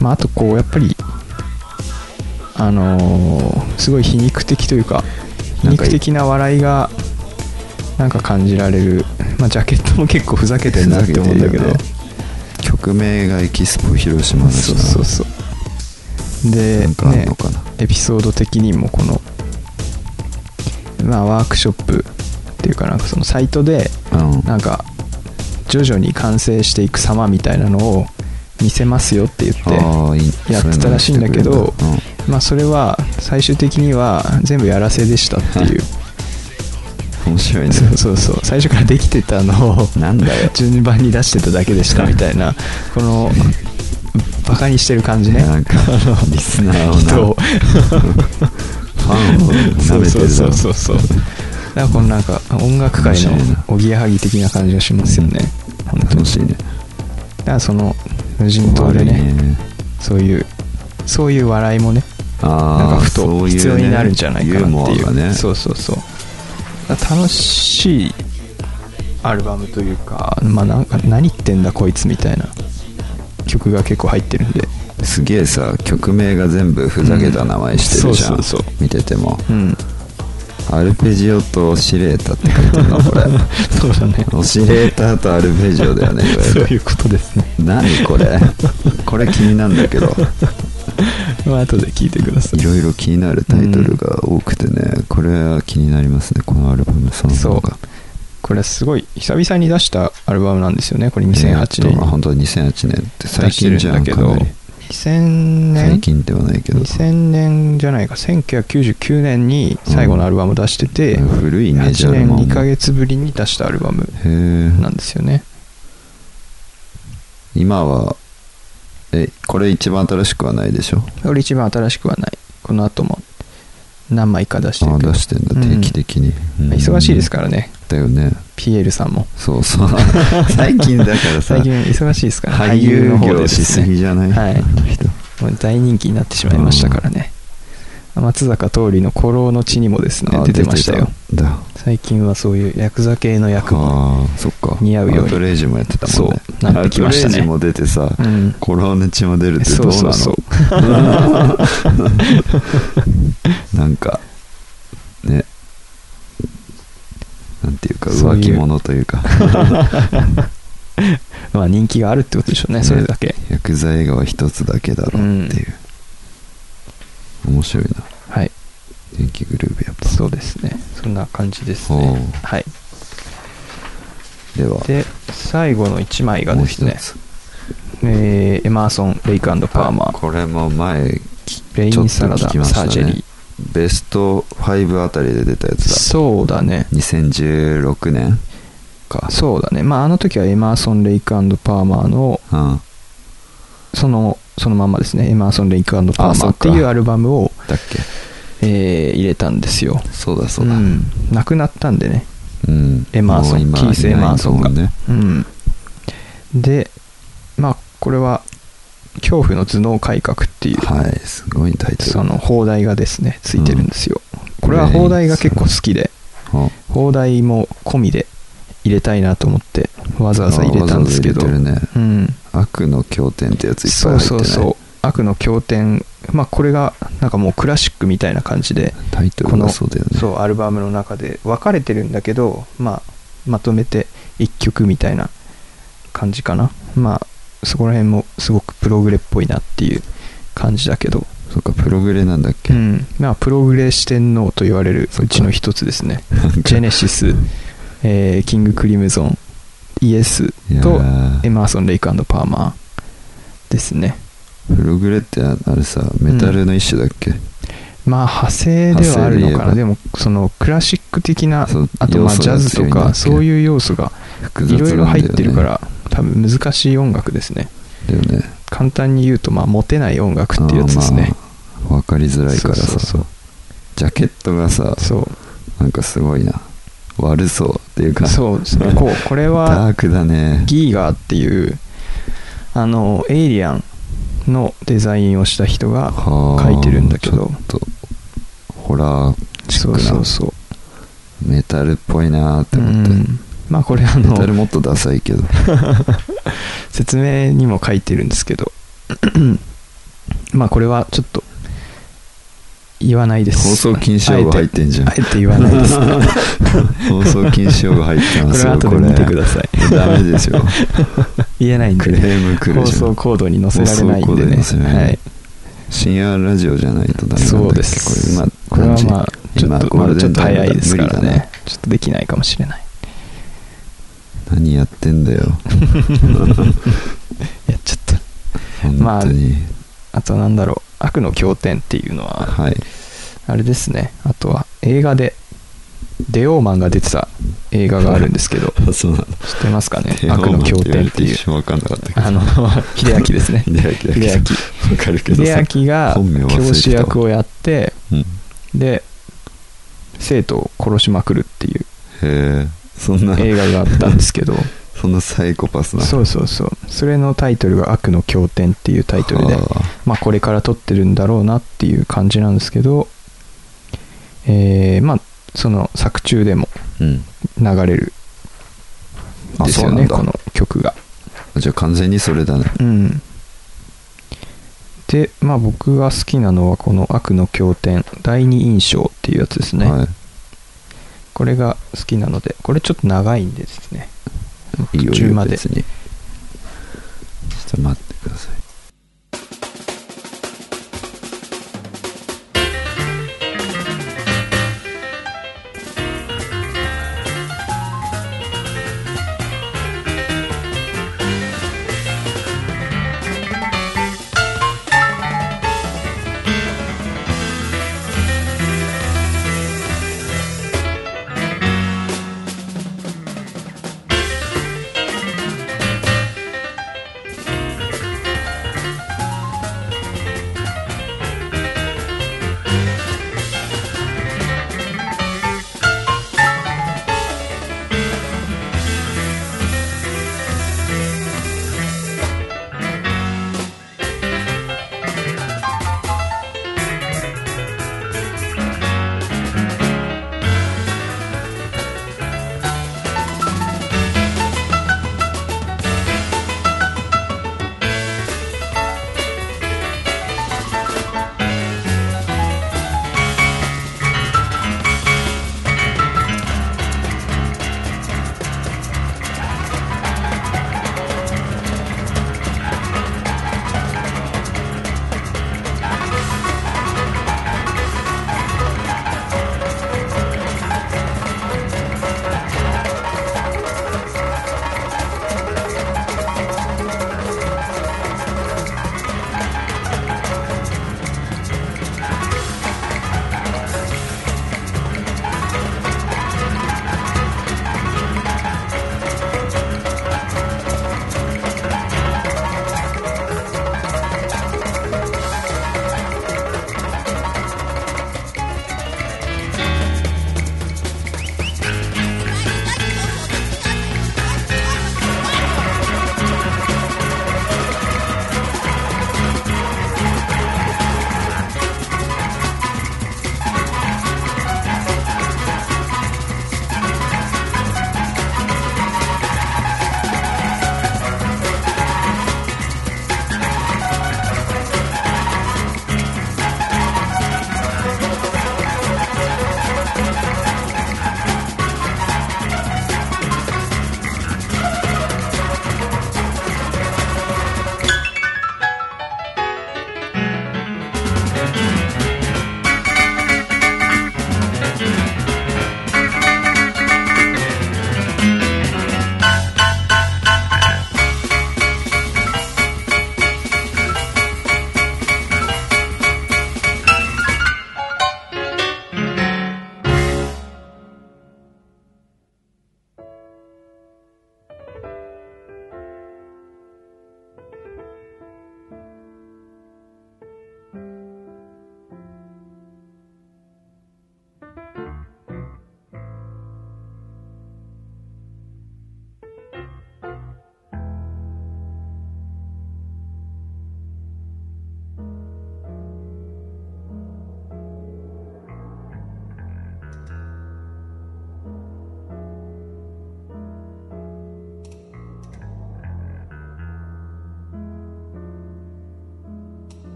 D: まああとこうやっぱりあのーすごい皮肉的というか皮
C: なんか
D: 肉的な笑いがなんか感じられる、まあ、ジャケットも結構ふざけてるなって思うんだけど、
C: ふざけてるよね曲名がエキスポ広島だし
D: そう
C: な
D: そうそうで
C: なんかあん
D: ね
C: のかな、
D: エピソード的にもこの、まあ、ワークショップっていうかなんかそのサイトで
C: うん
D: なんか徐々に完成していく様みたいなのを見せますよって言って
C: ああいい
D: やってたらしいんだけ
C: そ
D: ど
C: ういうのやって
D: まあそれは最終的には全部やらせでしたってい
C: く
D: う
C: れるんだうん面白いね
D: *laughs* そうそうそう最初からできてたのを
C: なんだよ
D: *laughs* 順番に出してただけでしたみたいなこのバカにしてる感じね
C: なんか
D: あの
C: リスナーをな
D: 人
C: *laughs*
D: を
C: ファ
D: *laughs*
C: ンを舐めてるだ
D: そ
C: ろ
D: うそうそうそうだからこのなんか音楽界の
C: 面白いな
D: おぎやはぎ的な感じがしますよね、本当に
C: 楽しいね
D: だからその無人島でね
C: 悪い
D: そういうそういう笑いもね
C: あ
D: な
C: あ
D: んかふと
C: そういうね
D: 必要になるんじゃないかなっ
C: ユー
D: ていう
C: モアがね
D: そうそうそうだから楽しいアルバムというか,、まあ、なんか何言ってんだこいつみたいな曲が結構入ってるんです
C: げえさ曲名が全部ふざけた名前してるじゃん、
D: うんそうそうそ
C: 見てても
D: うん
C: アルペジオとオシレータって書いてるのこれ
D: *laughs* そうだね
C: オシレータとアルペジオだよねいわゆ
D: *laughs* そう
C: る
D: いうことですね
C: 何これこれ気になるんだ
D: *laughs*
C: けど
D: まあ後で聞いてください
C: いろいろ気になるタイトルが多くてね、これは気になりますねこのアルバムその
D: そ
C: 方
D: う
C: が
D: これすごい久々に出したアルバムなんですよねこれ2008
C: えーっと
D: 年
C: 本当に2008年って最
D: 出して
C: 近
D: る
C: じ
D: ん
C: ゃ
D: だ
C: ん
D: け
C: か
D: ど
C: なり
D: 2000
C: 最
D: 年
C: 近ではないけど
D: 2000年じゃないか1999年に最後のアルバム出してて、
C: うん古いねジ
D: 8
C: ャル
D: 年
C: マン
D: 2ヶ月ぶりに出したアルバム
C: へえ
D: なんですよね
C: 今はえこれ一番新しくはないでしょ
D: これ一番新しくはないこの後も何枚か出して
C: あ
D: る
C: あ
D: けど
C: 出してんだ
D: うん
C: 定期的に、うん
D: 忙しいですからね
C: だよね
D: ピエールさんも
C: そうそう最近だからさ
D: *laughs* 最近忙しいですから
C: 俳優
D: の方で
C: 業
D: で
C: しすぎじゃない
D: はい
C: あの人
D: もう大人気になってしまいましたからね、松坂桃李の「古老の地」にもですね
C: あ
D: 出てましたよ
C: 出てたんだ
D: 最近はそういうヤクザ系の役も
C: ああそっか
D: 似合うように
C: アウトレイジもやってたもんね
D: そうなってきましたね
C: アウトレイジも出てさ、
D: うん
C: コロネチも出るってどうなの
D: そうそう
C: *laughs* なんかねなんていうか
D: そうい
C: 浮
D: う
C: 気者という
D: *laughs*
C: か
D: まあ人気があるってことでしょうねそれだけ、
C: 薬剤映画は一つだけだろうっていう、面白いな
D: はい
C: 電気グルーヴやっぱ
D: そうですねそんな感じです
C: おう
D: ねはい
C: では
D: で最後の1枚が
C: もう
D: で
C: 一つ
D: すね、えーエマーソン・レイクパーマ
C: あ
D: ー
C: これも前
D: レインサラ
C: ちょっと
D: ダ、
C: 聞きました
D: サー
C: ね
D: ジェリー
C: ベスト5あたりで出たやつだ
D: そうだね
C: 2016年か
D: そうだねまああの時はエマーソン・レイクパーマーの
C: うん
D: そのそのまんまですねエマーソン・レイクパーマ
C: あそ
D: ー
C: っ
D: っ
C: か
D: ていうアルバムを、
C: だっけ
D: えー入れたんですよ
C: そうだそうだ、
D: ん、亡くなったんでね
C: うん
D: エマーソ
C: も
D: ン
C: う今
D: キースエマーソンが
C: いないもんね
D: うんでまあこれは恐怖の頭脳改革っていう、
C: はいすごいタイトル
D: その放題がですねついてるんですよ、これは放題が結構好きで
C: お
D: 放題も込みで入れたいなと思ってわざわざ入れたんですけど
C: わざわざ入れてるね
D: うん
C: 悪の経典ってやついっぱ
D: そ
C: いう入って
D: そ
C: ないう
D: そう悪の経典まあこれがなんかもうクラシックみたいな感じで
C: タイト
D: こ
C: ル
D: の
C: がそうだよね
D: そうアルバムの中で分かれてるんだけど、まあ、まとめて1曲みたいな感じかなまあそこら辺もすごくプログレっぽいなっていう感じだけど、
C: そっかプログレなんだっけ、
D: うんまあ、プログレ四天王と言われるうちの一つですねジェネシス、えーキング・クリムゾンイエス
C: いや
D: と
C: ー
D: エマーソン・レイクパーマーですね
C: プログレってあれさメタルの一種だっけ、
D: まあ派生ではあ
C: 派生で
D: るのかな
C: 言えば
D: でもそのクラシック的な
C: そう
D: あと
C: 要
D: まあ
C: 素
D: ジャ
C: が
D: ズ
C: 強い
D: と
C: んだっ
D: か
C: け
D: そういう要素が
C: 複雑ないんだよ
D: ろ
C: ね
D: いろ入ってるから多分難しい音楽ですね
C: だよね
D: 簡単に言うとまあモテない音楽っていうやつですね
C: あーまあわかりづらいからさ
D: そうそうそう
C: ジャケットがさ
D: そ
C: なんかすごいな悪そうっていう
D: う
C: か
D: そうですねこうこれ
C: *laughs* ダ
D: は
C: ークだね
D: ギーガーっていうあのエイリアンのデザインをした人が
C: はあ
D: 書いてるんだけど
C: ちょっとホラーチッ
D: そ
C: ク
D: う
C: な
D: そうそう
C: メタルっぽいなーって
D: う
C: 思って、
D: んまあこれあ
C: メタル
D: の
C: もっとダサい
D: *laughs*
C: けど
D: 説明にも書いてるんですけど *clears throat* まあこれはちょっと言わないです
C: 放送禁止用語入ってんじゃん
D: あえてあえて言わないです
C: *laughs* 放送禁止用語入って
D: こ
C: ま
D: れ
C: す
D: は
C: よ
D: 後で見てください
C: ダメです
D: *laughs*
C: よ
D: 言えないん
C: ク
D: で
C: レームくる
D: 放
C: じゃ
D: 送
C: ん
D: コードに載せられない
C: 放送コ
D: んでね
C: ードに載せられない
D: はい、
C: 深夜ラジオじゃないとダメなんだっけ
D: そうです
C: これ,、まあ、
D: これはま
C: あ
D: あちょっ
C: 今
D: と
C: ゴー
D: ま
C: ルデ
D: だちょ
C: ン
D: っと
C: タイム
D: 早いですから
C: 無理だね
D: ねちょっとできないかもしれない
C: 何やってんだ
D: *laughs*
C: よ
D: やっちゃった
C: 本当に、
D: あとなんだろう悪の経典っていうのは
C: はい
D: あれですねあとは映画でデオーマンが出てた映画があるんです *laughs* けど
C: あそうなんだ
D: 知ってますかね
C: テーマ
D: 悪の経典ってい
C: 一
D: う
C: 瞬分かんなかったけど
D: あの秀明です *laughs* ね
C: 秀明
D: 秀
C: だけ
D: 明
C: ど分かるけどさ
D: 秀明が
C: 本名忘れてたわ
D: 教師役をやって
C: うんへ
D: で生徒を殺しまくるっていう
C: えそんな
D: 映画があったん *laughs* ですけど
C: そんなサイコパスな
D: そうそうそうそれのタイトルが「悪の経典」っていうタイトルで
C: はあ
D: まあこれから撮ってるんだろうなっていう感じなんですけどえーまあその作中でも
C: うん
D: 流れる
C: あ
D: ですよ
C: そうなん
D: ね
C: だ
D: この曲が
C: じゃあ完全にそれだね
D: うんでまあ僕が好きなのはこの「悪の経典」第二印象っていうやつですね、
C: は
D: これが好きなのでこれちょっと長いんでですね
C: いいいよいい
D: 中
C: よ
D: まで
C: 別にちょっと待ってください
E: 「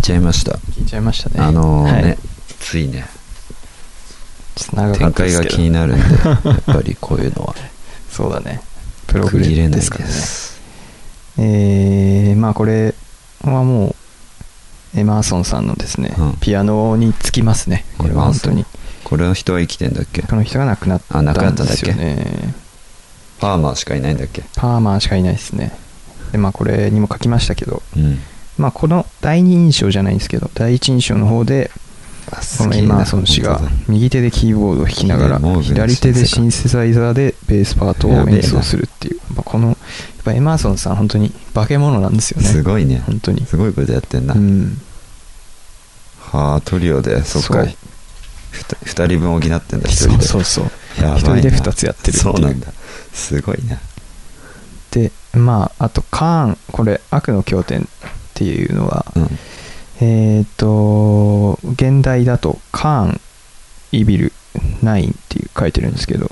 C: ちゃいました
D: 聞いちゃいましたね
C: あのーね、
D: はい、
C: ついね
D: ちょっと長か
C: 展
D: ったで
C: 開
D: す
C: が
D: けど
C: 気になるんでやっぱりこういうのは
D: そうだねプロ
C: 区
D: グ
C: 切れ
D: レ
C: ない
D: で
C: ですす
D: からねえー、まあこれはもうエマーソンさんのですね、
C: うん
D: ピアノにつきますねこれは本当に
C: これの人は生きてんだっけ
D: この人が亡くなった
C: あ亡くなんったんだ
D: で
C: っ
D: す
C: け
D: よね
C: パーマーしかいないんだっけ
D: パーマンしかいないですねでまあこれにも書きましたけど
C: うん
D: まあこの第二印象じゃないんですけど第一印象の方でこのエマーソン氏が右手でキーボードを弾きなが
C: モー
D: ら
C: グンシンセか
D: 左手でシンセサイザーでベースパートを演奏するっていう、まあ、このやっぱエマーソンさん本当に化け物なんですよ
C: す
D: ね
C: ごいね
D: 本当に
C: すごいことやってんな、
D: うん
C: はあトリオでそっか
D: そう
C: ふた二人分補ってんだ一人
D: そう
C: で
D: そうそう
C: やばい
D: 一
C: な
D: 人で二つやってるっていう
C: そうなんだすごいな
D: でまああとカーンこれ「悪の経典」っていうのは
C: うん
D: えっ、と現代だと「カーンイビル9」っていう書いてるんですけど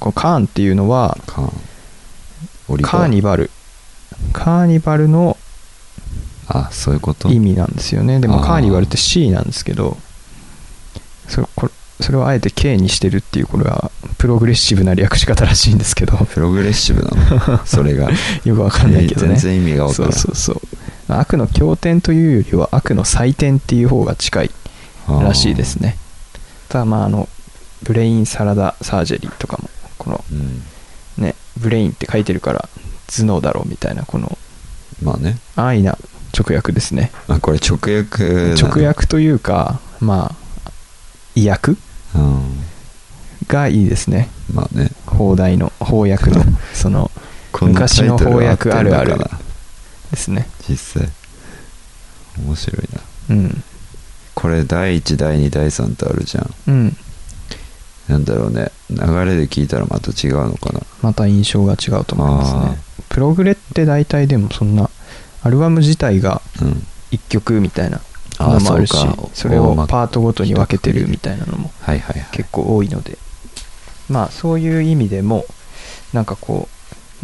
D: このカーンっていうのは
C: カーンオリバ
D: カーニバルカーニバルの
C: あそういうこと
D: 意味なんですよねでも
C: あー
D: カーニバルって C なんですけどそれこれそれをあえて K にしてるっていうこれはプログレッシブな略し方らしいんですけど
C: プログレッシブ
D: *laughs*
C: なのそれが、
D: よくわかんないけどね、
C: 全然意味が分か
D: そ
C: ら
D: う
C: ない
D: そうそう悪の経典というよりは悪の祭典っていう方が近いらしいですねただまああのブレインサラダサージェリーとかもこの
C: あーうん
D: ねブレインって書いてるから頭脳だろうみたいなこの
C: まあね
D: 安易な直訳ですね
C: あこれ直訳なの
D: 直訳というかまあ意訳
C: うん
D: がいいですね
C: まあね
D: 放題の翻訳
C: *laughs*
D: のその
C: こんな
D: 昔の
C: タイトルは合ってんのかな
D: 翻訳あるあるですね
C: 実際面白いな
D: うん
C: これ第1第2第3ってあるじゃん
D: うん
C: なんだろうね流れで聞いたらまた違うのかな
D: また印象が違うと思いますねプログレって大体でもそんなアルバム自体が
C: あーうん
D: 1曲みたいな
C: あー
D: のもあるし
C: そうか
D: それをパートごとに分けてるみたいなのも
C: はいはいはい
D: 結構多いのでまあそういう意味でもなんかこ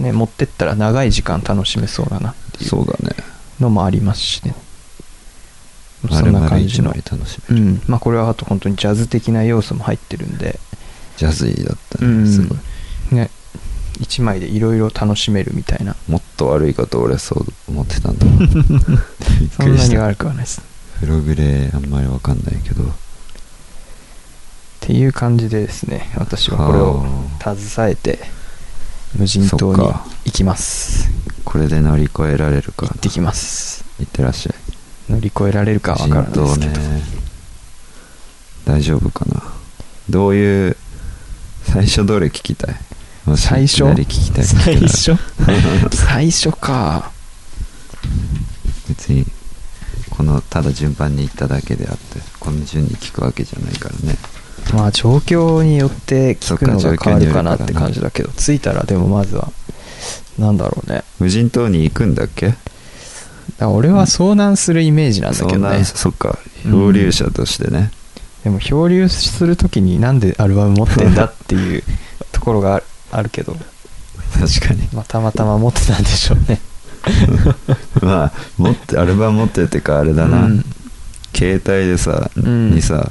D: うね持ってったら長い時間楽しめそうだなっていう
C: そうだね
D: のもありますしねそ
C: 丸
D: んな
C: 々
D: 感じ
C: 一
D: の
C: 枚楽し
D: う
C: める
D: んまあこれはあと本当にジャズ的な要素も入ってるんで
C: ジャズイーだった
D: う
C: ね
D: ん
C: すごい
D: ね1枚でいろいろ楽しめるみたいな
C: もっと悪いかと俺はそう思ってたんだ
D: *laughs*
C: びっ
D: そ
C: くり
D: んな
C: し
D: に
C: た
D: 悪くはないです
C: プログレあんまりわかんないけど
D: っていう感じでですね私はこれを携えて無人島に行きます
C: これで乗り越えられるか
D: 行
C: な
D: ってきます
C: いってらっしゃい
D: 乗り越えられるかは分からないですけど、
C: 人道ね大丈夫かなどういう最初どれ聞きたいもし
D: 最初
C: いきなり聞きたい
D: 最
C: 聞
D: 初
C: けたら
D: 最初か
C: 別にこのただ順番に行っただけであってこの順に聞くわけじゃないからね
D: まあ状況によって聞くの
C: そっ
D: が
C: か
D: 変わるかなっ
C: 状況によるからね
D: て感じだけど着いたらでもまずはなんだろうねだか
C: 無人島に行くんだっけ
D: ら俺は遭難するイメージなんだ
C: そ
D: け
C: ん
D: ど
C: な
D: ね
C: そっか漂流者としてね、
D: でも漂流する時になんでアルバム持ってんだっていうところがあるあるけど、
C: 確かに *laughs*
D: まあ、たまたま持ってたんでしょうね
C: まあ持ってアルバム持っててかあれだな、
D: うん
C: 携帯でさ、
D: ん
C: にさ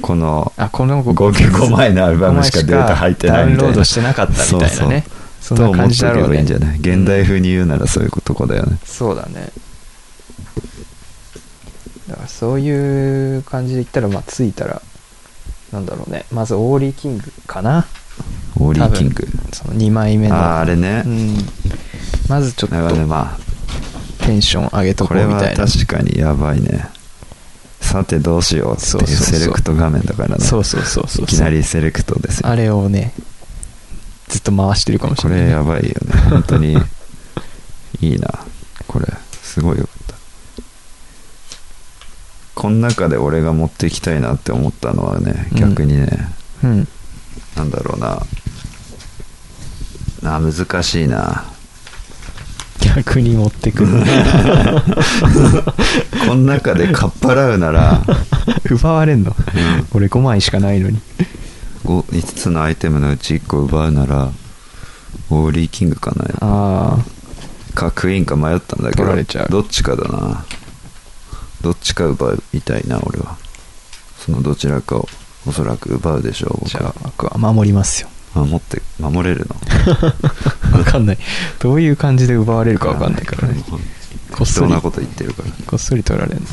C: この
D: あこの
C: 合計5枚のアルバムしかデータ入ってないみた
D: ダウ
C: い
D: ンロー
C: な
D: ドしてなかったみたいなねそ
C: と
D: んな
C: 思
D: 感
C: っ
D: じ
C: てお
D: だ
C: け
D: ろう
C: ば
D: ね
C: いいんじゃない現代風に言うならそういうとこだよね
D: そうだねだからそういう感じで言ったらまあ着いたらなんだろうねまずオーリーキングかな
C: オーリーキング
D: その2枚目の
C: あああれね、
D: うん、まずちょっ
C: だからね
D: と
C: ま
D: テンション上げ
C: あ
D: と
C: こ
D: こうみ
C: れは
D: たいな
C: 確かにやばいねさてどうしようって
D: そ
C: いう
D: うそうそう
C: セレクト画面だからね
D: そうそうそうそう
C: いきなりセレクトですよ
D: あれをねずっと回してるかもし
C: こ
D: れない
C: れやばいよね本当にいいなこれすごいよかったこの中で俺が持ってきたいなって思ったのはね
D: うん
C: 逆にね、
D: うん
C: なんだろうなあ難しいな
D: 逆に持ってくる
C: この中でかっぱらうなら
D: *laughs* 奪われんの、俺5枚しかないのに
C: 5, つのアイテムのうち1個奪うならオーリーキングかな
D: ああ
C: かクイーンか迷ったんだけ
D: 取
C: ど
D: られちゃう
C: どっちかだなどっちか奪いたいな俺はそのどちらかをおそらく奪うでしょう
D: じ
C: 僕
D: ゃあ
C: は
D: 僕は守りますよ
C: 守って守れるの
D: わかんないどういう感じで奪われるかわかんないからね
C: もう
D: こっ
C: 適
D: そ
C: 当
D: り
C: なこと言ってるから
D: こっそり取られるの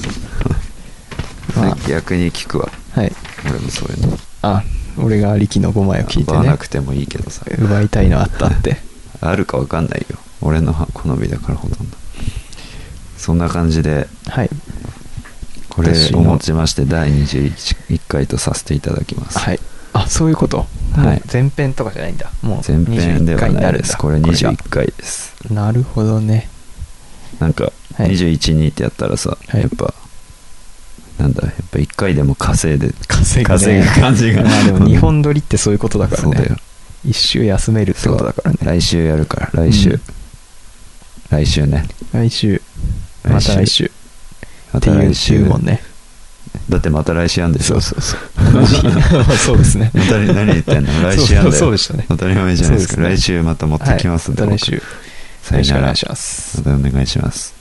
D: ま
C: 逆に聞くわ
D: あはい
C: 俺もそういうの
D: あ俺がありきの5枚を聞いて
C: 奪わ
D: ね
C: なくてもいいけどさ
D: 奪いたいのあっ
C: *laughs*
D: たって
C: あるかわかんないよ俺の好みだからほとんどそんな感じで
D: はい
C: これ
D: 私の
C: をもちまして第21回とさせていただきます、
D: はいあそういうこと
C: はい
D: もう前編とかじゃないんだもう
C: 前編で
D: 21
C: は
D: 回に
C: な
D: ないるん
C: で
D: だ
C: すこれ
D: が
C: 21回です
D: なるほどね
C: なんか
D: はい
C: 212ってやったらさ、
D: はい
C: やっぱなんだやっぱ1回でも稼いで
D: 稼ぐ,、ね、
C: 稼ぐ感じが
D: まあでも日本撮りってそういうことだから
C: そうだ *laughs* よ
D: ね一周休めるってことだからね
C: 来週やるから来週、
D: うん
C: 来週ね
D: 来週また来週
C: ま
D: って
C: た
D: いう
C: 来
D: 注
C: 週
D: 文ね
C: だってまた来週やんでしょ *laughs*
D: そうそうまあそうですね
C: また何言ってんの来週やんだよ
D: そうそうでしたね
C: 当たり前じゃないですか
D: そうです
C: 来
D: ね
C: 週また持ってきますんで、
D: はい、ま
C: 僕
D: た来週
C: さよ
D: よろしくお
C: な
D: 願
C: ら
D: いします
C: またお願いします